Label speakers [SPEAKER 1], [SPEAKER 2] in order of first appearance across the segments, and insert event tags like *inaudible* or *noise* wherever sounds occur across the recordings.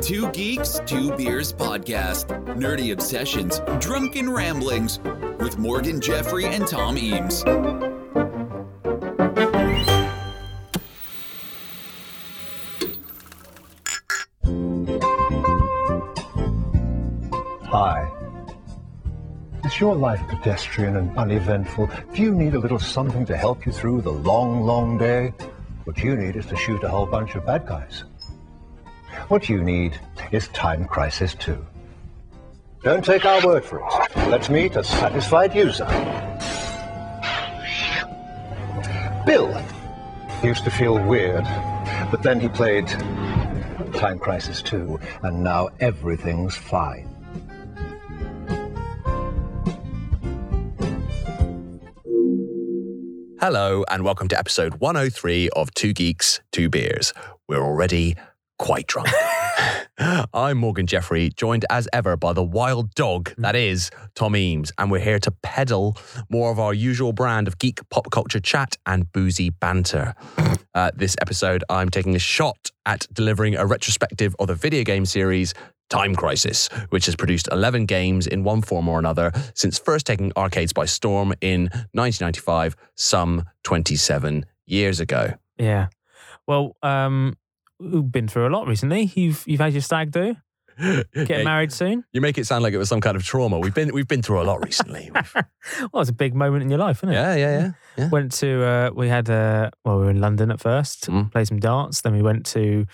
[SPEAKER 1] Two Geeks, Two Beers podcast. Nerdy obsessions, drunken ramblings with Morgan Jeffrey and Tom Eames.
[SPEAKER 2] Hi. Is your life pedestrian and uneventful? Do you need a little something to help you through the long, long day? What you need is to shoot a whole bunch of bad guys. What you need is Time Crisis 2. Don't take our word for it. Let's meet a satisfied user. Bill used to feel weird, but then he played Time Crisis 2, and now everything's fine.
[SPEAKER 3] Hello, and welcome to episode 103 of Two Geeks, Two Beers. We're already quite drunk. I'm Morgan Jeffrey, joined as ever by the wild dog that is Tom Eames, and we're here to peddle more of our usual brand of geek pop culture chat and boozy banter. Uh, this episode, I'm taking a shot at delivering a retrospective of the video game series Time Crisis, which has produced 11 games in one form or another since first taking arcades by storm in 1995, some 27 years ago.
[SPEAKER 4] Yeah. Well, um, we've been through a lot recently. You've you've had your
[SPEAKER 3] *laughs*
[SPEAKER 4] stag do,
[SPEAKER 3] Yeah,
[SPEAKER 4] getting married
[SPEAKER 3] *laughs*
[SPEAKER 4] soon.
[SPEAKER 3] You make it sound like it was some kind of trauma. We've been we've been through a lot
[SPEAKER 4] *laughs*
[SPEAKER 3] recently. We've-
[SPEAKER 4] Well, it's a big moment in your life, isn't it?
[SPEAKER 3] yeah, yeah, yeah.
[SPEAKER 4] Went to uh, we had uh, well, we were in London at first,
[SPEAKER 3] Mm.
[SPEAKER 4] played some darts, then we went to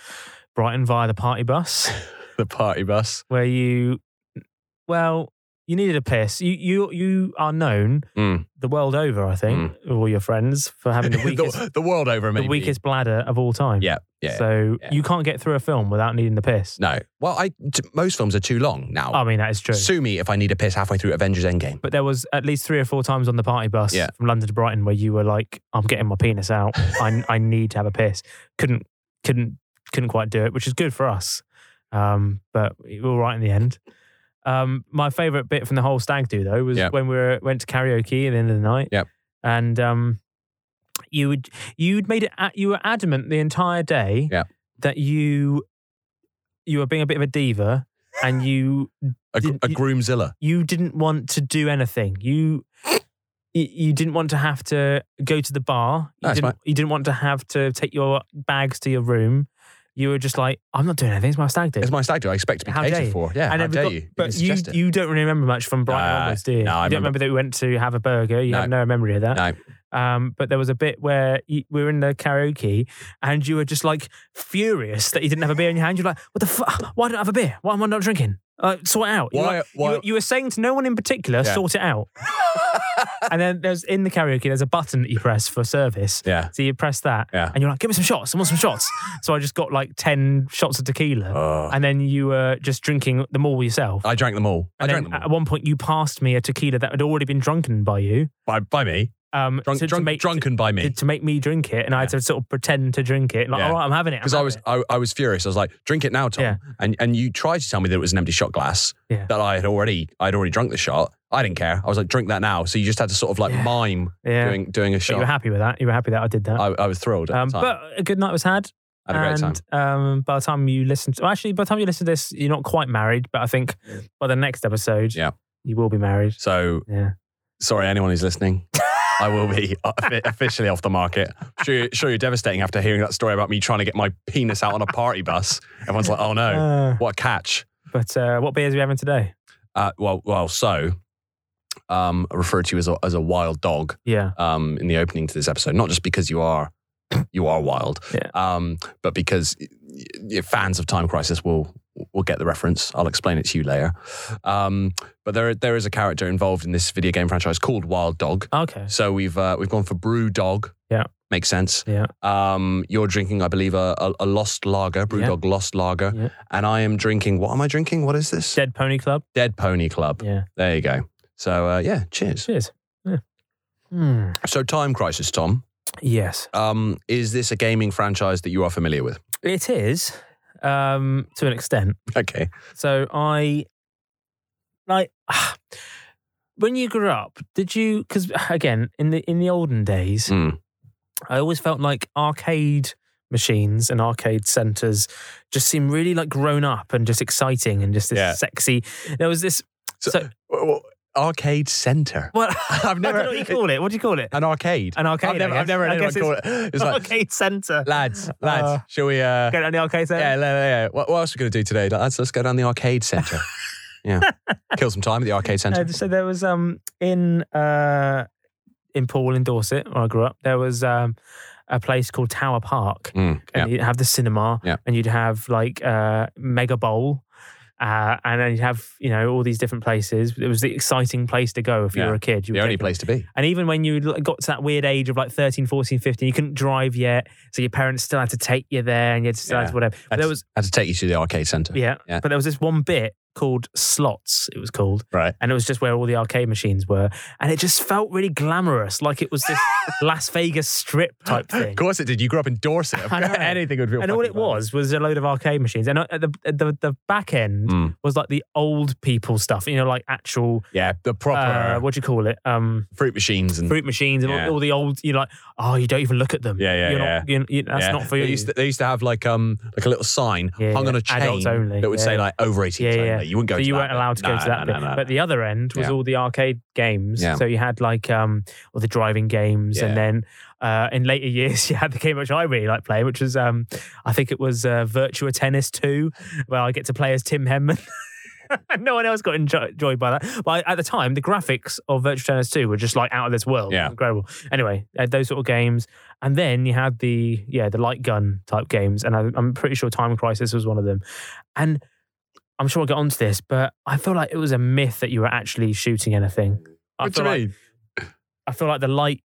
[SPEAKER 4] Brighton via the
[SPEAKER 3] *laughs*
[SPEAKER 4] party bus,
[SPEAKER 3] The party bus.
[SPEAKER 4] where you, well, you needed a piss. You you you are known
[SPEAKER 3] Mm.
[SPEAKER 4] the world over, I think, with all your friends for having the weakest
[SPEAKER 3] *laughs* the, the world over,
[SPEAKER 4] the
[SPEAKER 3] maybe.
[SPEAKER 4] weakest bladder of all time.
[SPEAKER 3] Yeah, yeah.
[SPEAKER 4] so
[SPEAKER 3] yeah.
[SPEAKER 4] you can't get through a film without needing the piss.
[SPEAKER 3] no. Well, I t- most films are too long now.
[SPEAKER 4] I mean that is Oh, true.
[SPEAKER 3] Sue me if I need a piss halfway through Avengers Endgame.
[SPEAKER 4] But there was at least three or four times on the party bus
[SPEAKER 3] Yeah.
[SPEAKER 4] from London to Brighton where you were like, "I'm getting my penis out.
[SPEAKER 3] *laughs*
[SPEAKER 4] I, I need to have a piss." Couldn't couldn't couldn't quite do it, which is good for us. Um, but we were all right in the end. Um, my favourite bit from the whole stag do though was
[SPEAKER 3] Yep.
[SPEAKER 4] when we were, went to karaoke at the end of the night.
[SPEAKER 3] Yep.
[SPEAKER 4] And um, you would you'd made it a- you were adamant the entire day
[SPEAKER 3] Yep.
[SPEAKER 4] that you you were being a bit of a diva and you
[SPEAKER 3] A, gr-
[SPEAKER 4] Did
[SPEAKER 3] a
[SPEAKER 4] you-
[SPEAKER 3] groomzilla.
[SPEAKER 4] you didn't want to do anything. You y- you didn't want to have to go to the bar. You,
[SPEAKER 3] That's
[SPEAKER 4] didn't,
[SPEAKER 3] right.
[SPEAKER 4] you didn't want to have to take your bags to your room. You were just like, I'm not doing anything. It's my stag do.
[SPEAKER 3] It's my stag do. I expect to be
[SPEAKER 4] How dare
[SPEAKER 3] catered
[SPEAKER 4] you.
[SPEAKER 3] for. Yeah,
[SPEAKER 4] And
[SPEAKER 3] how
[SPEAKER 4] then we
[SPEAKER 3] dare
[SPEAKER 4] got-
[SPEAKER 3] you? You
[SPEAKER 4] But
[SPEAKER 3] didn't
[SPEAKER 4] you,
[SPEAKER 3] suggest it.
[SPEAKER 4] you don't remember much from Brighton
[SPEAKER 3] Nah,
[SPEAKER 4] onwards, do you?
[SPEAKER 3] no, I
[SPEAKER 4] you don't
[SPEAKER 3] remember-
[SPEAKER 4] remember that we went to have a burger. You
[SPEAKER 3] No.
[SPEAKER 4] have no memory of that.
[SPEAKER 3] no.
[SPEAKER 4] Um, but there was a bit where you, we were in the karaoke and you were just like furious that you didn't have a beer in your hand. You're like, what the fuck? Why don't I have a beer? Why am I not drinking? Uh, sort it out. You were
[SPEAKER 3] Why-
[SPEAKER 4] like- you,
[SPEAKER 3] why-
[SPEAKER 4] were- you were saying to no one in particular,
[SPEAKER 3] Yeah.
[SPEAKER 4] sort
[SPEAKER 3] *laughs*
[SPEAKER 4] it out. and then there's in the karaoke, there's a button that you press for service.
[SPEAKER 3] Yeah.
[SPEAKER 4] So you press that
[SPEAKER 3] Yeah.
[SPEAKER 4] and you're like, give me some shots. I want some shots. so I just got like 10 shots of tequila.
[SPEAKER 3] Oh.
[SPEAKER 4] And then you were just drinking them all yourself.
[SPEAKER 3] I drank them all. I
[SPEAKER 4] and
[SPEAKER 3] drank
[SPEAKER 4] then uh,
[SPEAKER 3] them
[SPEAKER 4] at
[SPEAKER 3] all.
[SPEAKER 4] one point, you passed me a tequila that had already been drunken by you.
[SPEAKER 3] By, by me.
[SPEAKER 4] Um,
[SPEAKER 3] Drunk,
[SPEAKER 4] to- to
[SPEAKER 3] drunk,
[SPEAKER 4] make-
[SPEAKER 3] drunken by
[SPEAKER 4] to,
[SPEAKER 3] me.
[SPEAKER 4] to make me drink it, and I had to sort of pretend to drink it. Like,
[SPEAKER 3] Yeah.
[SPEAKER 4] all right, I'm having it. I'm
[SPEAKER 3] Because I
[SPEAKER 4] having
[SPEAKER 3] was
[SPEAKER 4] it."
[SPEAKER 3] I, I was furious. I was like, drink it now, Tom.
[SPEAKER 4] Yeah.
[SPEAKER 3] And and you tried to tell me that it was an empty shot glass.
[SPEAKER 4] Yeah.
[SPEAKER 3] That I had already I'd already drunk the shot. I didn't care. I was like, drink that now. So you just had to sort of like
[SPEAKER 4] Yeah.
[SPEAKER 3] mime
[SPEAKER 4] yeah.
[SPEAKER 3] doing doing a
[SPEAKER 4] but you were
[SPEAKER 3] shot.
[SPEAKER 4] happy with that. You were happy that I did that.
[SPEAKER 3] I, I was thrilled. At
[SPEAKER 4] um,
[SPEAKER 3] the time.
[SPEAKER 4] but a good night was had.
[SPEAKER 3] I had a great time.
[SPEAKER 4] and um, by the time you listen to, well, actually, by the time you listen to this, you're not quite married, but I think by the next episode,
[SPEAKER 3] Yeah.
[SPEAKER 4] you will be married.
[SPEAKER 3] So
[SPEAKER 4] Yeah.
[SPEAKER 3] sorry, anyone who's listening. I will be *laughs* offi- officially off the market. Sure, you're- sure, you're devastating after hearing that story about me trying to get my penis out on a party bus. Everyone's like, oh no,
[SPEAKER 4] Uh,
[SPEAKER 3] what a catch.
[SPEAKER 4] but uh, what beers are we having today?
[SPEAKER 3] Uh, well, well, so um, referred to you as a, as a wild dog.
[SPEAKER 4] Yeah.
[SPEAKER 3] um, in the opening to this episode, not just because you are *coughs* you are wild,
[SPEAKER 4] Yeah.
[SPEAKER 3] um, but because y- y- fans of Time Crisis will will get the reference. I'll explain it to you later. Um, but there there is a character involved in this video game franchise called Wild Dog.
[SPEAKER 4] Okay.
[SPEAKER 3] So we've uh, we've gone for Brew Dog.
[SPEAKER 4] Yeah.
[SPEAKER 3] makes sense.
[SPEAKER 4] Yeah.
[SPEAKER 3] Um, you're drinking, I believe, a, a, a Lost Lager, Brew
[SPEAKER 4] Yeah.
[SPEAKER 3] Dog Lost Lager,
[SPEAKER 4] Yeah.
[SPEAKER 3] and I am drinking. What am I drinking? What is this?
[SPEAKER 4] Dead Pony Club.
[SPEAKER 3] Dead Pony Club.
[SPEAKER 4] Yeah.
[SPEAKER 3] There you go. So uh, yeah, cheers.
[SPEAKER 4] Cheers. Yeah. Hmm.
[SPEAKER 3] So Time Crisis, Tom.
[SPEAKER 4] Yes.
[SPEAKER 3] Um, is this a gaming franchise that you are familiar with? *laughs*
[SPEAKER 4] It is um, to an extent.
[SPEAKER 3] Okay.
[SPEAKER 4] So I like *sighs* when you grew up, did you *sighs* because again in the in the olden days,
[SPEAKER 3] Mm.
[SPEAKER 4] I always felt like arcade machines and arcade centers just seem really like grown up and just exciting and just this
[SPEAKER 3] Yeah.
[SPEAKER 4] sexy. There was this.
[SPEAKER 3] So- *laughs*
[SPEAKER 4] So,
[SPEAKER 3] Well, well, arcade center.
[SPEAKER 4] well,
[SPEAKER 3] I've
[SPEAKER 4] *laughs* I don't
[SPEAKER 3] never
[SPEAKER 4] know what you call it. What do you call it?
[SPEAKER 3] an arcade.
[SPEAKER 4] An arcade.
[SPEAKER 3] I've never,
[SPEAKER 4] I
[SPEAKER 3] I've never
[SPEAKER 4] guess.
[SPEAKER 3] heard
[SPEAKER 4] I
[SPEAKER 3] anyone
[SPEAKER 4] guess
[SPEAKER 3] call it. It's like
[SPEAKER 4] *laughs* arcade center. *laughs*
[SPEAKER 3] lads, lads.
[SPEAKER 4] Uh,
[SPEAKER 3] shall we? Uh,
[SPEAKER 4] Go down the arcade center.
[SPEAKER 3] yeah, yeah, yeah. What, what else are we gonna do today? Like, Lads, let's go down the arcade
[SPEAKER 4] *laughs*
[SPEAKER 3] center. yeah, kill some time at the arcade center.
[SPEAKER 4] Uh, so there was um in uh in Paul in Dorset where I grew up. There was um a place called Tower Park,
[SPEAKER 3] Mm, yeah.
[SPEAKER 4] and you'd have the cinema,
[SPEAKER 3] Yeah.
[SPEAKER 4] and you'd have like uh Mega Bowl. Uh, and then you'd have, you know, all these different places. It was the exciting place to go if you
[SPEAKER 3] Yeah.
[SPEAKER 4] were a kid. You
[SPEAKER 3] The
[SPEAKER 4] were
[SPEAKER 3] only
[SPEAKER 4] taken-
[SPEAKER 3] place to be.
[SPEAKER 4] And even when you l- got to that weird age of like 13, 14, 15, you couldn't drive yet. So your parents still had to take you there and you had to still had
[SPEAKER 3] Yeah.
[SPEAKER 4] to whatever. But
[SPEAKER 3] That's-
[SPEAKER 4] there was,
[SPEAKER 3] I had to take you to the arcade center.
[SPEAKER 4] yeah,
[SPEAKER 3] Yeah.
[SPEAKER 4] But there was this one bit called slots, it was called.
[SPEAKER 3] Right.
[SPEAKER 4] And it was just where all the arcade machines were. And it just felt really glamorous, like it was
[SPEAKER 3] *laughs*
[SPEAKER 4] this Las Vegas strip type thing.
[SPEAKER 3] Of course it did. You grew up in Dorset.
[SPEAKER 4] *laughs* I know.
[SPEAKER 3] *laughs* Anything would feel.
[SPEAKER 4] And all
[SPEAKER 3] fucking
[SPEAKER 4] it
[SPEAKER 3] fun.
[SPEAKER 4] was was a load of arcade machines. And at the, at the, the back end
[SPEAKER 3] Mm.
[SPEAKER 4] was like the old people stuff, you know, like actual,
[SPEAKER 3] Yeah, the proper
[SPEAKER 4] uh, what do you call it? Um,
[SPEAKER 3] fruit machines and
[SPEAKER 4] fruit machines and all-
[SPEAKER 3] Yeah.
[SPEAKER 4] all, the old. You're like, oh, you don't even look at them.
[SPEAKER 3] Yeah, yeah,
[SPEAKER 4] you're
[SPEAKER 3] yeah.
[SPEAKER 4] Not, you're, you that's
[SPEAKER 3] Yeah.
[SPEAKER 4] not for
[SPEAKER 3] they
[SPEAKER 4] you.
[SPEAKER 3] Used to, they used to have like um like a little sign
[SPEAKER 4] Yeah,
[SPEAKER 3] hung on a
[SPEAKER 4] yeah. Adults
[SPEAKER 3] chain
[SPEAKER 4] only,
[SPEAKER 3] that would say
[SPEAKER 4] yeah.
[SPEAKER 3] like over 18
[SPEAKER 4] Yeah,
[SPEAKER 3] yeah,
[SPEAKER 4] yeah.
[SPEAKER 3] You wouldn't go
[SPEAKER 4] so
[SPEAKER 3] to
[SPEAKER 4] you
[SPEAKER 3] that
[SPEAKER 4] weren't
[SPEAKER 3] bit.
[SPEAKER 4] allowed to go
[SPEAKER 3] No,
[SPEAKER 4] to that
[SPEAKER 3] no,
[SPEAKER 4] bit.
[SPEAKER 3] no, no,
[SPEAKER 4] but
[SPEAKER 3] no.
[SPEAKER 4] the other end was
[SPEAKER 3] Yeah.
[SPEAKER 4] all the arcade games.
[SPEAKER 3] Yeah.
[SPEAKER 4] So you had like um or the driving games,
[SPEAKER 3] Yeah.
[SPEAKER 4] and then uh, in later *laughs* years you had the game which I really like playing, which was um I think it was uh, Virtua Tennis Two, where I get to play as Tim Henman. *laughs* And no one else got enjo- enjoyed by that. But at the time, the graphics of Virtua Tennis 2 were just like out of this world.
[SPEAKER 3] Yeah.
[SPEAKER 4] Incredible. Anyway, they had those sort of games. And then you had the, yeah, the light gun type games. And I, I'm pretty sure Time Crisis was one of them. And I'm sure I'll get onto this, but I feel like it was a myth that you were actually shooting anything. I
[SPEAKER 3] What do
[SPEAKER 4] feel
[SPEAKER 3] you
[SPEAKER 4] like,
[SPEAKER 3] mean?
[SPEAKER 4] I feel like the light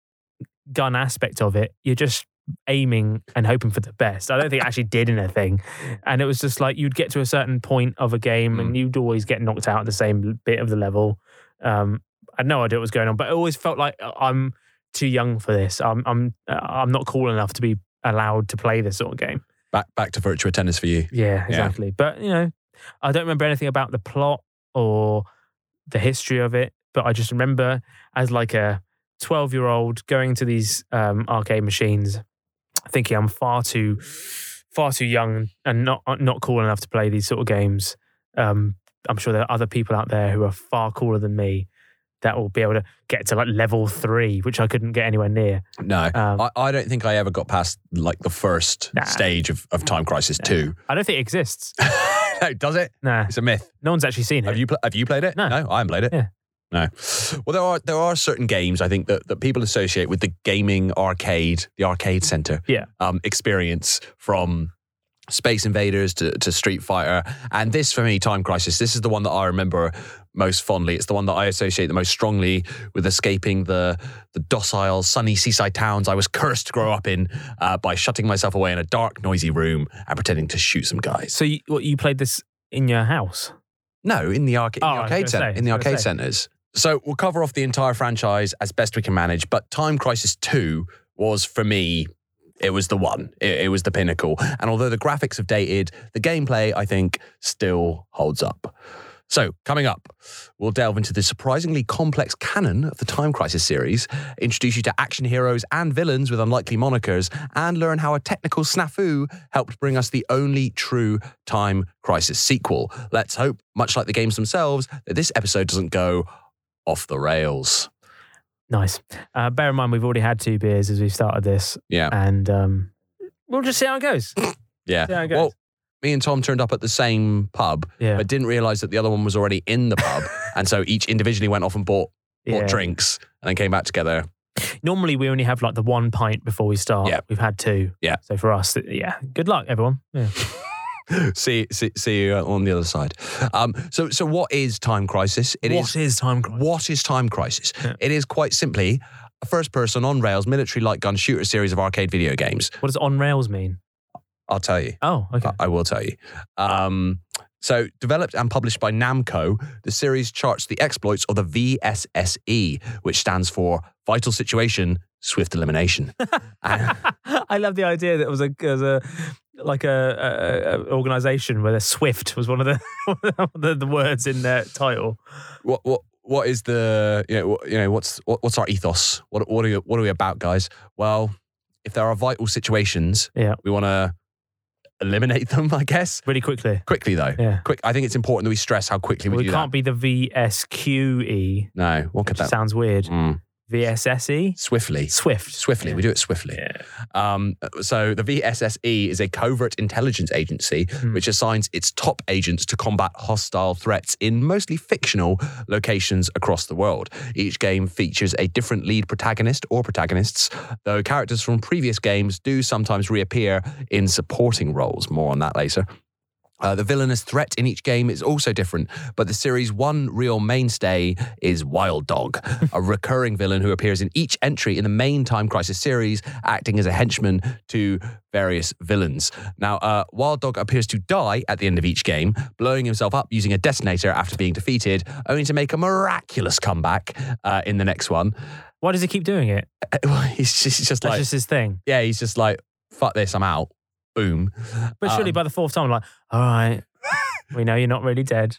[SPEAKER 4] gun aspect of it, you're just aiming and hoping for the best. I don't think it actually did anything. And it was just like you'd get to a certain point of a game and you'd always get knocked out at the same bit of the level. Um, I had no idea what was going on, but it always felt like uh, I'm too young for this. I'm I'm uh, I'm not cool enough to be allowed to play this sort of game.
[SPEAKER 3] Back back to Virtua Tennis for you.
[SPEAKER 4] Yeah, exactly. But you know, I don't remember anything about the plot or the history of it. But I just remember as like a twelve-year-old going to these um, arcade machines, thinking I'm far too, far too young and not uh, not cool enough to play these sort of games. Um, I'm sure there are other people out there who are far cooler than me that will be able to get to like level three, which I couldn't get anywhere near.
[SPEAKER 3] No.
[SPEAKER 4] Um,
[SPEAKER 3] I, I don't think I ever got past like the first
[SPEAKER 4] Nah.
[SPEAKER 3] stage of, of Time Crisis
[SPEAKER 4] Nah.
[SPEAKER 3] 2.
[SPEAKER 4] I don't think it exists.
[SPEAKER 3] *laughs* no, does it?
[SPEAKER 4] Nah,
[SPEAKER 3] It's a myth.
[SPEAKER 4] no one's actually seen it.
[SPEAKER 3] Have you pl- have you played it?
[SPEAKER 4] No.
[SPEAKER 3] I haven't played it.
[SPEAKER 4] Yeah.
[SPEAKER 3] No. Well, there are there are certain games I think that, that people associate with the gaming arcade, the arcade center,
[SPEAKER 4] Yeah.
[SPEAKER 3] um, experience from Space Invaders to, to Street Fighter, and this for me, Time Crisis. This is the one that I remember most fondly. It's the one that I associate the most strongly with escaping the the docile, sunny seaside towns I was cursed to grow up in uh, by shutting myself away in a dark, noisy room and pretending to shoot some guys.
[SPEAKER 4] So you, what, you played this in your house?
[SPEAKER 3] No, in the, arca-
[SPEAKER 4] Oh,
[SPEAKER 3] in
[SPEAKER 4] I
[SPEAKER 3] the
[SPEAKER 4] was
[SPEAKER 3] arcade
[SPEAKER 4] gonna
[SPEAKER 3] center,
[SPEAKER 4] say,
[SPEAKER 3] in the
[SPEAKER 4] I was
[SPEAKER 3] arcade
[SPEAKER 4] gonna say.
[SPEAKER 3] centers. So we'll cover off the entire franchise as best we can manage. But Time Crisis Two was for me, it was the one. It, it was the pinnacle. And although the graphics have dated, the gameplay I think still holds up. So coming up, we'll delve into the surprisingly complex canon of the Time Crisis series, introduce you to action heroes and villains with unlikely monikers, and learn how a technical snafu helped bring us the only true Time Crisis sequel. Let's hope, much like the games themselves, that this episode doesn't go off the rails.
[SPEAKER 4] Nice. Uh, bear in mind, we've already had two beers as we started this,
[SPEAKER 3] Yeah.
[SPEAKER 4] and um, we'll just see how
[SPEAKER 3] *laughs*
[SPEAKER 4] it goes.
[SPEAKER 3] Yeah.
[SPEAKER 4] See how it goes.
[SPEAKER 3] Well, me and Tom turned up at the same pub,
[SPEAKER 4] yeah.
[SPEAKER 3] but didn't realize that the other one was already in the
[SPEAKER 4] *laughs*
[SPEAKER 3] pub. and so each individually went off and bought, bought
[SPEAKER 4] yeah.
[SPEAKER 3] drinks and then came back together.
[SPEAKER 4] Normally, we only have like the one pint before we start.
[SPEAKER 3] Yeah.
[SPEAKER 4] We've had two.
[SPEAKER 3] Yeah.
[SPEAKER 4] So for us, th- yeah. Good luck, everyone. Yeah.
[SPEAKER 3] see, see, see you on the other side. Um, so, so what is Time Crisis? It is.
[SPEAKER 4] What is time crunch?
[SPEAKER 3] What is Time Crisis?
[SPEAKER 4] Yeah.
[SPEAKER 3] It is quite simply a first person on rails military light gun shooter series of arcade video games.
[SPEAKER 4] What does on rails mean?
[SPEAKER 3] I'll tell you.
[SPEAKER 4] Oh, okay.
[SPEAKER 3] I I will tell you. Um, so, developed and published by Namco, the series charts the exploits of the VSSE, E, which stands for Vital Situation, Swift
[SPEAKER 4] *laughs*
[SPEAKER 3] Elimination. And-
[SPEAKER 4] I love the idea that it was a, it was a like a, a, a organization where the Swift was one of the *laughs* the, the words in their title.
[SPEAKER 3] what, what, what is the, you know, what, you know what's, what, what's our ethos? What, what, are, you- what are we about, guys? Well, if there are vital situations,
[SPEAKER 4] Yeah.
[SPEAKER 3] we want to eliminate *laughs* them, I guess.
[SPEAKER 4] really quickly.
[SPEAKER 3] Quickly, though.
[SPEAKER 4] Yeah.
[SPEAKER 3] Quick. I think it's important that we stress how quickly we,
[SPEAKER 4] we
[SPEAKER 3] do
[SPEAKER 4] can't be the VSQE.
[SPEAKER 3] that. No, what could
[SPEAKER 4] E, Which
[SPEAKER 3] that
[SPEAKER 4] sounds weird.
[SPEAKER 3] Mm.
[SPEAKER 4] VSSE?
[SPEAKER 3] Swiftly.
[SPEAKER 4] E? Swift.
[SPEAKER 3] Swiftly. We do it swiftly.
[SPEAKER 4] Yeah.
[SPEAKER 3] Um, so the VSSE E is a covert intelligence agency
[SPEAKER 4] Hmm.
[SPEAKER 3] which assigns its top agents to combat hostile threats in mostly fictional locations across the world. Each game features a different lead protagonist or protagonists, though characters from previous games do sometimes reappear in supporting roles. More on that later. Uh, the villainous threat in each game is also different, but the series' one real mainstay is Wild
[SPEAKER 4] *laughs*
[SPEAKER 3] Dog, a recurring villain who appears in each entry in the main Time Crisis series, acting as a henchman to various villains. Now, uh, Wild Dog appears to die at the end of each game, blowing himself up using a detonator after being defeated, only to make a miraculous comeback uh, in the next one. *laughs*
[SPEAKER 4] Why does he keep doing it?
[SPEAKER 3] he's, just, he's just
[SPEAKER 4] That's
[SPEAKER 3] like,
[SPEAKER 4] just his thing.
[SPEAKER 3] yeah, he's just like, fuck this, I'm out. Boom.
[SPEAKER 4] But surely
[SPEAKER 3] Um,
[SPEAKER 4] by the fourth time, I'm like,
[SPEAKER 3] *laughs*
[SPEAKER 4] all right, we know you're not really dead.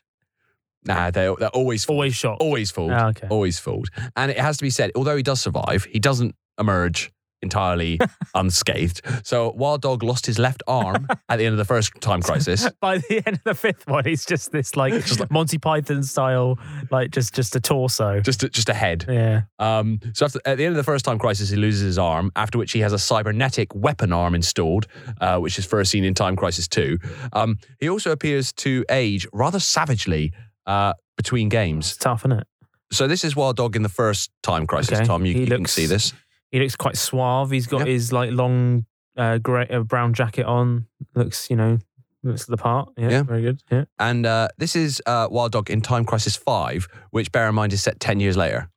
[SPEAKER 3] Nah, they're, they're always fooled.
[SPEAKER 4] Always shot.
[SPEAKER 3] Always fooled.
[SPEAKER 4] Ah, okay.
[SPEAKER 3] always fooled. And it has to be said, although he does survive, he doesn't emerge
[SPEAKER 4] *laughs*
[SPEAKER 3] entirely unscathed. So Wild Dog lost his left arm at the end of the first time
[SPEAKER 4] *laughs*
[SPEAKER 3] crisis.
[SPEAKER 4] By the end of the fifth one, he's just this like,
[SPEAKER 3] Just
[SPEAKER 4] Monty Python style, like just just a torso.
[SPEAKER 3] Just a, just a head.
[SPEAKER 4] yeah.
[SPEAKER 3] Um, so after, at the end of the first time crisis, he loses his arm. After which he has a cybernetic weapon arm installed, uh, which is first seen in Time Crisis Two. Um, he also appears to age rather savagely uh, between games.
[SPEAKER 4] It's tough, isn't it?
[SPEAKER 3] So this is Wild Dog in the first Time Crisis.
[SPEAKER 4] Okay.
[SPEAKER 3] Tom, you,
[SPEAKER 4] He
[SPEAKER 3] you can
[SPEAKER 4] looks-
[SPEAKER 3] see this.
[SPEAKER 4] He looks quite suave. He's got
[SPEAKER 3] Yep.
[SPEAKER 4] his like long uh, grey uh, brown jacket on. Looks, you know, looks the part. Yeah,
[SPEAKER 3] Yeah.
[SPEAKER 4] very good. Yeah.
[SPEAKER 3] And uh, this is uh, Wild Dog in Time Crisis 5, which bear in mind is set 10 years later.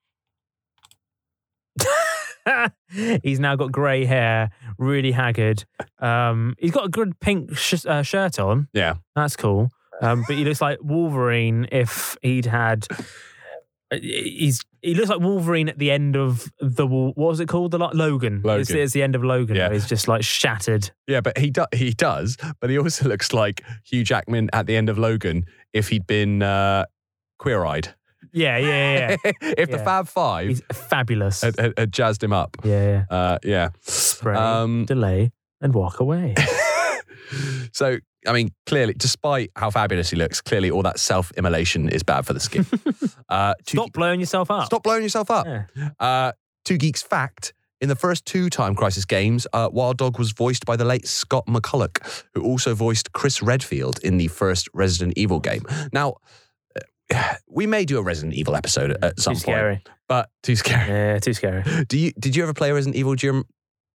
[SPEAKER 4] *laughs* he's now got grey hair, really haggard. Um, he's got a good pink sh- uh, shirt on.
[SPEAKER 3] Yeah.
[SPEAKER 4] That's cool. Um, but he looks like Wolverine if he'd had. uh, He's he looks like Wolverine at the end of the Wol- what was it called the lo- Logan. It's,
[SPEAKER 3] Logan.
[SPEAKER 4] it's the end of Logan.
[SPEAKER 3] Yeah.
[SPEAKER 4] Where he's just like shattered.
[SPEAKER 3] Yeah, but he, do- he does, but he also *laughs* looks like Hugh Jackman at the end of Logan if he'd been uh, queer eyed.
[SPEAKER 4] Yeah, yeah, yeah.
[SPEAKER 3] *laughs* if the
[SPEAKER 4] Yeah.
[SPEAKER 3] Fab *laughs*
[SPEAKER 4] yeah.
[SPEAKER 3] Five
[SPEAKER 4] he's fabulous.
[SPEAKER 3] had, had, had jazzed him up.
[SPEAKER 4] yeah, yeah.
[SPEAKER 3] Uh, yeah.
[SPEAKER 4] Spray,
[SPEAKER 3] Um,
[SPEAKER 4] delay, and
[SPEAKER 3] *laughs*
[SPEAKER 4] walk away.
[SPEAKER 3] so, I mean, clearly, despite how fabulous he looks, clearly all that self immolation is bad for the
[SPEAKER 4] *laughs*
[SPEAKER 3] skin. uh, two-
[SPEAKER 4] Stop blowing yourself up.
[SPEAKER 3] Stop blowing yourself up.
[SPEAKER 4] Yeah.
[SPEAKER 3] Uh, two Geeks Fact. In the first two Time Crisis games, uh, Wild Dog was voiced by the late Scott McCulloch, who also voiced Chris Redfield in the first Resident Evil game. Now, uh, *sighs* we may do a Resident Evil episode at, at some
[SPEAKER 4] too
[SPEAKER 3] point,
[SPEAKER 4] scary.
[SPEAKER 3] but too scary.
[SPEAKER 4] Yeah, too scary.
[SPEAKER 3] Do you? Did you ever play Resident Evil? Do you? rem-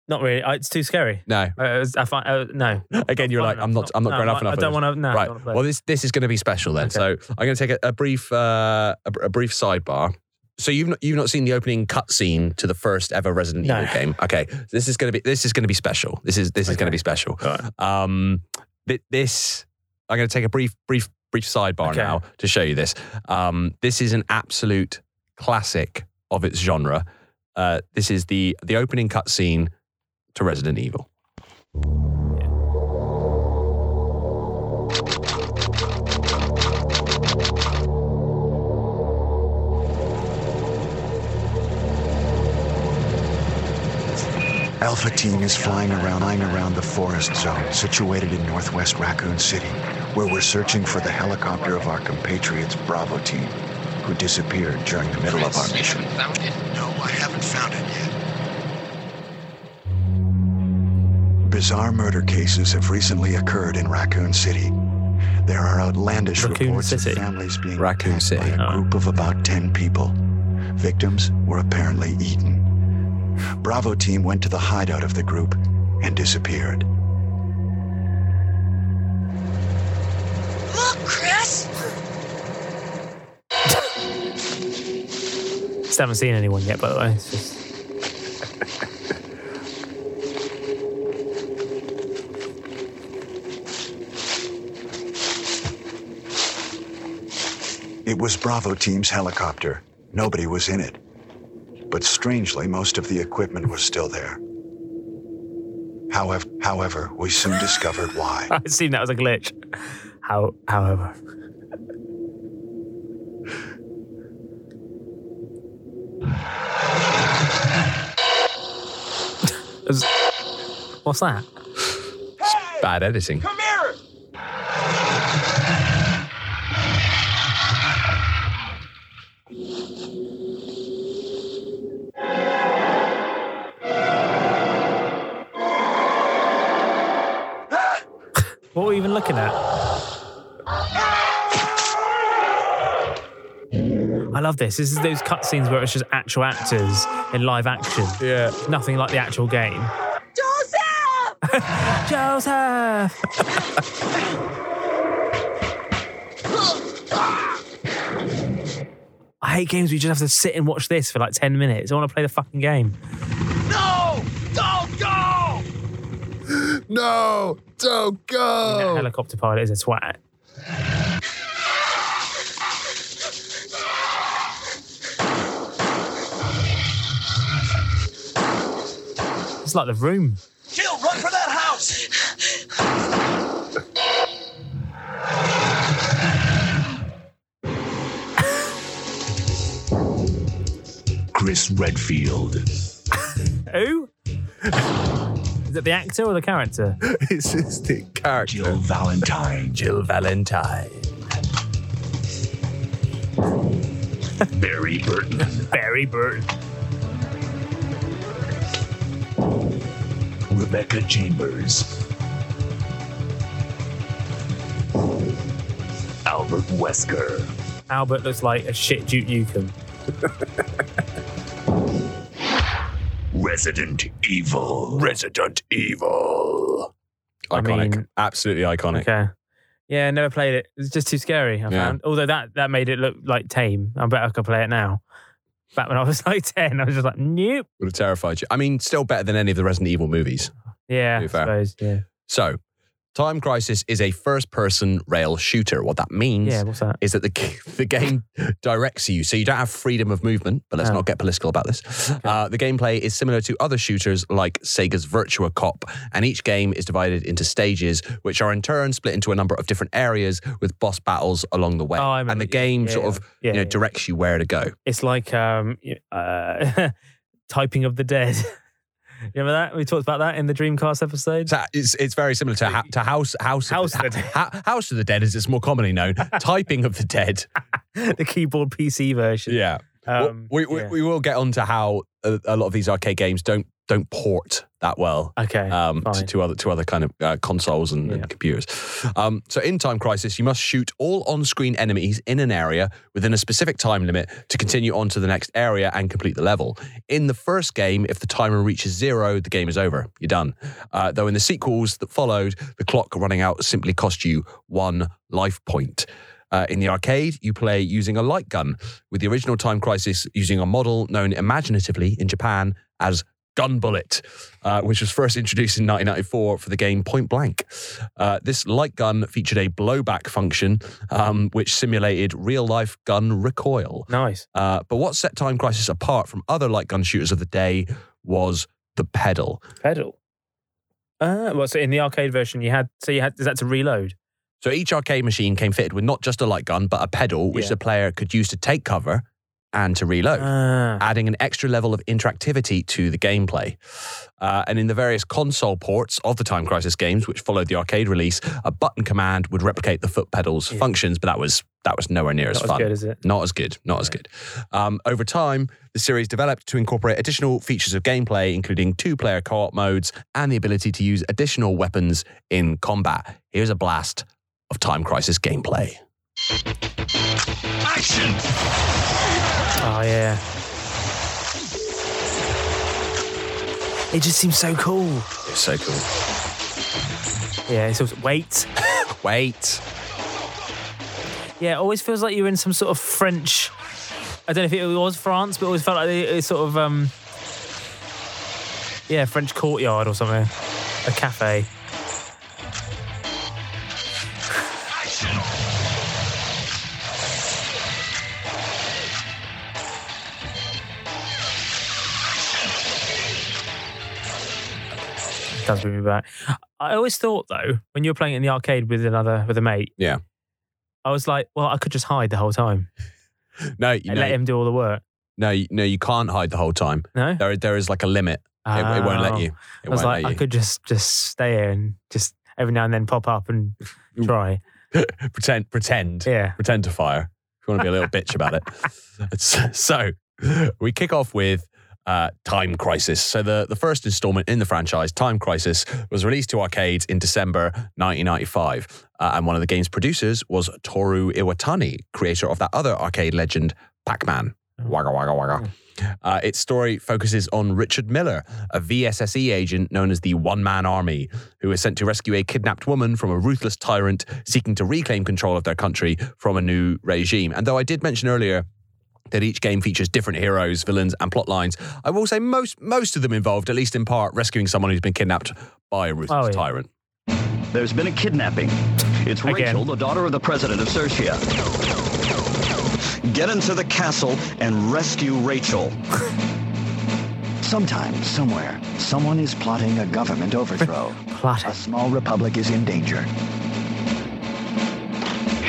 [SPEAKER 4] Not really. I, it's too scary.
[SPEAKER 3] No.
[SPEAKER 4] Uh, it was- I find, uh, no.
[SPEAKER 3] *laughs* Again, you're
[SPEAKER 4] Fine
[SPEAKER 3] like,
[SPEAKER 4] enough.
[SPEAKER 3] I'm not. I'm not
[SPEAKER 4] no,
[SPEAKER 3] grown up
[SPEAKER 4] I-
[SPEAKER 3] enough.
[SPEAKER 4] I
[SPEAKER 3] for
[SPEAKER 4] don't
[SPEAKER 3] this.
[SPEAKER 4] want to. No,
[SPEAKER 3] right.
[SPEAKER 4] don't wanna
[SPEAKER 3] Well, this this is going to be special then.
[SPEAKER 4] Okay.
[SPEAKER 3] So I'm going to take a, a brief uh, a, a brief sidebar. So you've not, you've not seen the opening cutscene to the first ever Resident
[SPEAKER 4] No.
[SPEAKER 3] Evil game. Okay, this is going to be this is going to be special. This is this is going to
[SPEAKER 4] Okay.
[SPEAKER 3] be special.
[SPEAKER 4] play it.
[SPEAKER 3] Um, thi- this I'm going to take a brief brief brief sidebar
[SPEAKER 4] Okay.
[SPEAKER 3] now to show you this. Um, this is an absolute classic of its genre. Uh, this is the the opening cutscene to Resident Evil.
[SPEAKER 5] Alpha Team is flying around, flying around the forest zone situated in northwest Raccoon City, where we're searching for the helicopter of our compatriots Bravo Team, who disappeared during the middle of our mission.
[SPEAKER 6] Found it.
[SPEAKER 5] No, I haven't found it yet. Bizarre murder cases have recently occurred in Raccoon City. There are outlandish
[SPEAKER 4] Raccoon
[SPEAKER 5] reports
[SPEAKER 4] City.
[SPEAKER 5] of families being
[SPEAKER 3] Raccoon
[SPEAKER 5] attacked
[SPEAKER 3] City,
[SPEAKER 5] by a
[SPEAKER 4] oh.
[SPEAKER 5] group of about 10 people. Victims were apparently eaten. Bravo team went to the hideout of the group and disappeared.
[SPEAKER 7] Look, Chris!
[SPEAKER 3] *laughs*
[SPEAKER 4] Just haven't seen anyone yet, by the way. It's *laughs* just-
[SPEAKER 5] It was Bravo team's helicopter. Nobody was in it. But strangely, most of the equipment was still there. However, however, we soon discovered why.
[SPEAKER 4] I assume that was a glitch. How, however, It was- What's that?
[SPEAKER 3] Bad editing.
[SPEAKER 6] Come here!
[SPEAKER 4] What were we even looking at? I love this. This is those cutscenes where it's just actual actors in live action.
[SPEAKER 3] Yeah.
[SPEAKER 4] Nothing like the actual game.
[SPEAKER 7] Joseph!
[SPEAKER 4] *laughs* Joseph! I hate games where you just have to sit and watch this for like 10 minutes. I want to play the fucking game.
[SPEAKER 6] No! Don't go!
[SPEAKER 3] No, don't
[SPEAKER 4] That
[SPEAKER 3] go.
[SPEAKER 4] helicopter pilot is a twat. It's like the room.
[SPEAKER 6] Jill, run for that house!
[SPEAKER 8] *laughs* Chris Redfield.
[SPEAKER 4] Who? Is it the actor or the character?
[SPEAKER 3] This is the
[SPEAKER 8] Jill
[SPEAKER 3] character.
[SPEAKER 8] Valentine.
[SPEAKER 3] Jill Valentine.
[SPEAKER 8] Barry Burton.
[SPEAKER 4] Barry Burton.
[SPEAKER 8] Rebecca Chambers. Albert Wesker.
[SPEAKER 4] Albert looks like a shit Duke Nukem.
[SPEAKER 8] Resident Evil. Resident Evil.
[SPEAKER 3] Iconic.
[SPEAKER 4] mean-
[SPEAKER 3] Absolutely iconic.
[SPEAKER 4] Okay. Yeah, never played it. It's just too scary. I
[SPEAKER 3] Yeah.
[SPEAKER 4] found. Although that that made it look like tame. I bet I could play it now. Back when I was *laughs* like ten, I was just like, nope.
[SPEAKER 3] Would have terrified you. I mean, still better than any of the Resident Evil movies.
[SPEAKER 4] Yeah,
[SPEAKER 3] Too
[SPEAKER 4] I
[SPEAKER 3] fair.
[SPEAKER 4] suppose. Yeah.
[SPEAKER 3] So, Time Crisis is a first person rail shooter. What that means
[SPEAKER 4] Yeah. What's that?
[SPEAKER 3] is that the, g- *laughs* the game directs you. So you don't have freedom of movement, but let's
[SPEAKER 4] Oh.
[SPEAKER 3] not get political about this. Uh, the gameplay is similar to other shooters like Sega's Virtua Cop, and each game is divided into stages, which are in turn split into a number of different areas with boss battles along the way.
[SPEAKER 4] Oh, I
[SPEAKER 3] and
[SPEAKER 4] remember.
[SPEAKER 3] the game
[SPEAKER 4] Yeah,
[SPEAKER 3] sort
[SPEAKER 4] yeah.
[SPEAKER 3] of
[SPEAKER 4] Yeah.
[SPEAKER 3] you know,
[SPEAKER 4] yeah.
[SPEAKER 3] directs you where to go.
[SPEAKER 4] it's like um, y- uh, *laughs* typing of the dead. *laughs* you remember that we talked about that in the Dreamcast episode.
[SPEAKER 3] So it's, it's very similar to, ha- to House House
[SPEAKER 4] House of the Dead.
[SPEAKER 3] Ha- Ha- House of the Dead, as it's more commonly
[SPEAKER 4] *laughs*
[SPEAKER 3] known. Typing of the Dead.
[SPEAKER 4] the keyboard PC version.
[SPEAKER 3] Yeah. Well,
[SPEAKER 4] Um,
[SPEAKER 3] we, we,
[SPEAKER 4] yeah.
[SPEAKER 3] we will get on to how a, a lot of these arcade games don't don't port that well
[SPEAKER 4] okay.
[SPEAKER 3] um, to,
[SPEAKER 4] fine.
[SPEAKER 3] to other to other kind of uh, consoles and,
[SPEAKER 4] Yeah.
[SPEAKER 3] and computers. Um, so in Time Crisis, you must shoot all on-screen enemies in an area within a specific time limit to continue on to the next area and complete the level. In the first game, if the timer reaches zero, the game is over. You're done. Uh, though in the sequels that followed, the clock running out simply cost you one life point. Uh, in the arcade, you play using a light gun, with the original Time Crisis using a model known imaginatively in Japan as Gun Bullet, uh, which was first introduced in 1994 for the game Point Blank. Uh, this light gun featured a blowback function, um, which simulated real life gun recoil.
[SPEAKER 4] nice.
[SPEAKER 3] Uh, but what set Time Crisis apart from other light gun shooters of the day was the pedal.
[SPEAKER 4] Pedal. Uh, well, so in the arcade version, you had so you had is that to reload?
[SPEAKER 3] So each arcade machine came fitted with not just a light gun, but a pedal which
[SPEAKER 4] Yeah.
[SPEAKER 3] the player could use to take cover and to reload.
[SPEAKER 4] Ah.
[SPEAKER 3] adding an extra level of interactivity to the gameplay. Uh, and in the various console ports of the Time Crisis games, which followed the arcade release, a button command would replicate the foot pedal's
[SPEAKER 4] Yeah.
[SPEAKER 3] functions, but that was that was nowhere near as
[SPEAKER 4] Not
[SPEAKER 3] fun.
[SPEAKER 4] as good as it.
[SPEAKER 3] Not as good. Not as good. Um, over time, the series developed to incorporate additional features of gameplay, including two player co op modes and the ability to use additional weapons in combat. Here's a blast of Time Crisis gameplay.
[SPEAKER 6] Action!
[SPEAKER 4] Oh yeah. It just seems so cool.
[SPEAKER 3] It's so cool.
[SPEAKER 4] Yeah, it's also wait.
[SPEAKER 3] Wait.
[SPEAKER 4] Yeah, it always feels like you're in some sort of French. I don't know if it was France, but it always felt like it was sort of um. Yeah, French courtyard or something, a cafe. Does bring me back. I always thought though, when you were playing it in the arcade with another with a mate,
[SPEAKER 3] Yeah.
[SPEAKER 4] I was like, well, I could just hide the whole time
[SPEAKER 3] No, you
[SPEAKER 4] and
[SPEAKER 3] know,
[SPEAKER 4] let him do all the work.
[SPEAKER 3] no, you- no, you can't hide the whole time.
[SPEAKER 4] No,
[SPEAKER 3] There, there is like a limit. It, it won't
[SPEAKER 4] Oh.
[SPEAKER 3] let you. It
[SPEAKER 4] I was
[SPEAKER 3] won't
[SPEAKER 4] like,
[SPEAKER 3] let
[SPEAKER 4] I
[SPEAKER 3] you.
[SPEAKER 4] could just just stay here and just every now and then pop up and
[SPEAKER 3] Mm.
[SPEAKER 4] try.
[SPEAKER 3] *laughs* pretend, pretend,
[SPEAKER 4] Yeah.
[SPEAKER 3] pretend to fire. If you want to be
[SPEAKER 4] *laughs*
[SPEAKER 3] a little bitch about it. *laughs* So we kick off with uh, Time Crisis. So the, the first installment in the franchise, Time Crisis, was released to arcades in December 1995. Uh, and one of the game's producers was Toru Iwatani, creator of that other arcade legend, Pac-Man.
[SPEAKER 4] Oh.
[SPEAKER 3] Wagga, wagga,
[SPEAKER 4] Hmm.
[SPEAKER 3] wagga. Uh, its story focuses on Richard Miller, a VSSE E agent known as the One Man Army, who is sent to rescue a kidnapped woman from a ruthless tyrant seeking to reclaim control of their country from a new regime. And though I did mention earlier that each game features different heroes, villains, and plot lines, I will say most most of them involved, at least in part, rescuing someone who's been kidnapped by a ruthless
[SPEAKER 4] Oh, yeah.
[SPEAKER 3] tyrant.
[SPEAKER 9] There's been a kidnapping. It's
[SPEAKER 4] Again.
[SPEAKER 9] Rachel, the daughter of the president of Sertia. Get into the castle and rescue Rachel. Sometime, somewhere, someone is plotting a government overthrow. A
[SPEAKER 4] Plot.
[SPEAKER 9] small republic is in danger.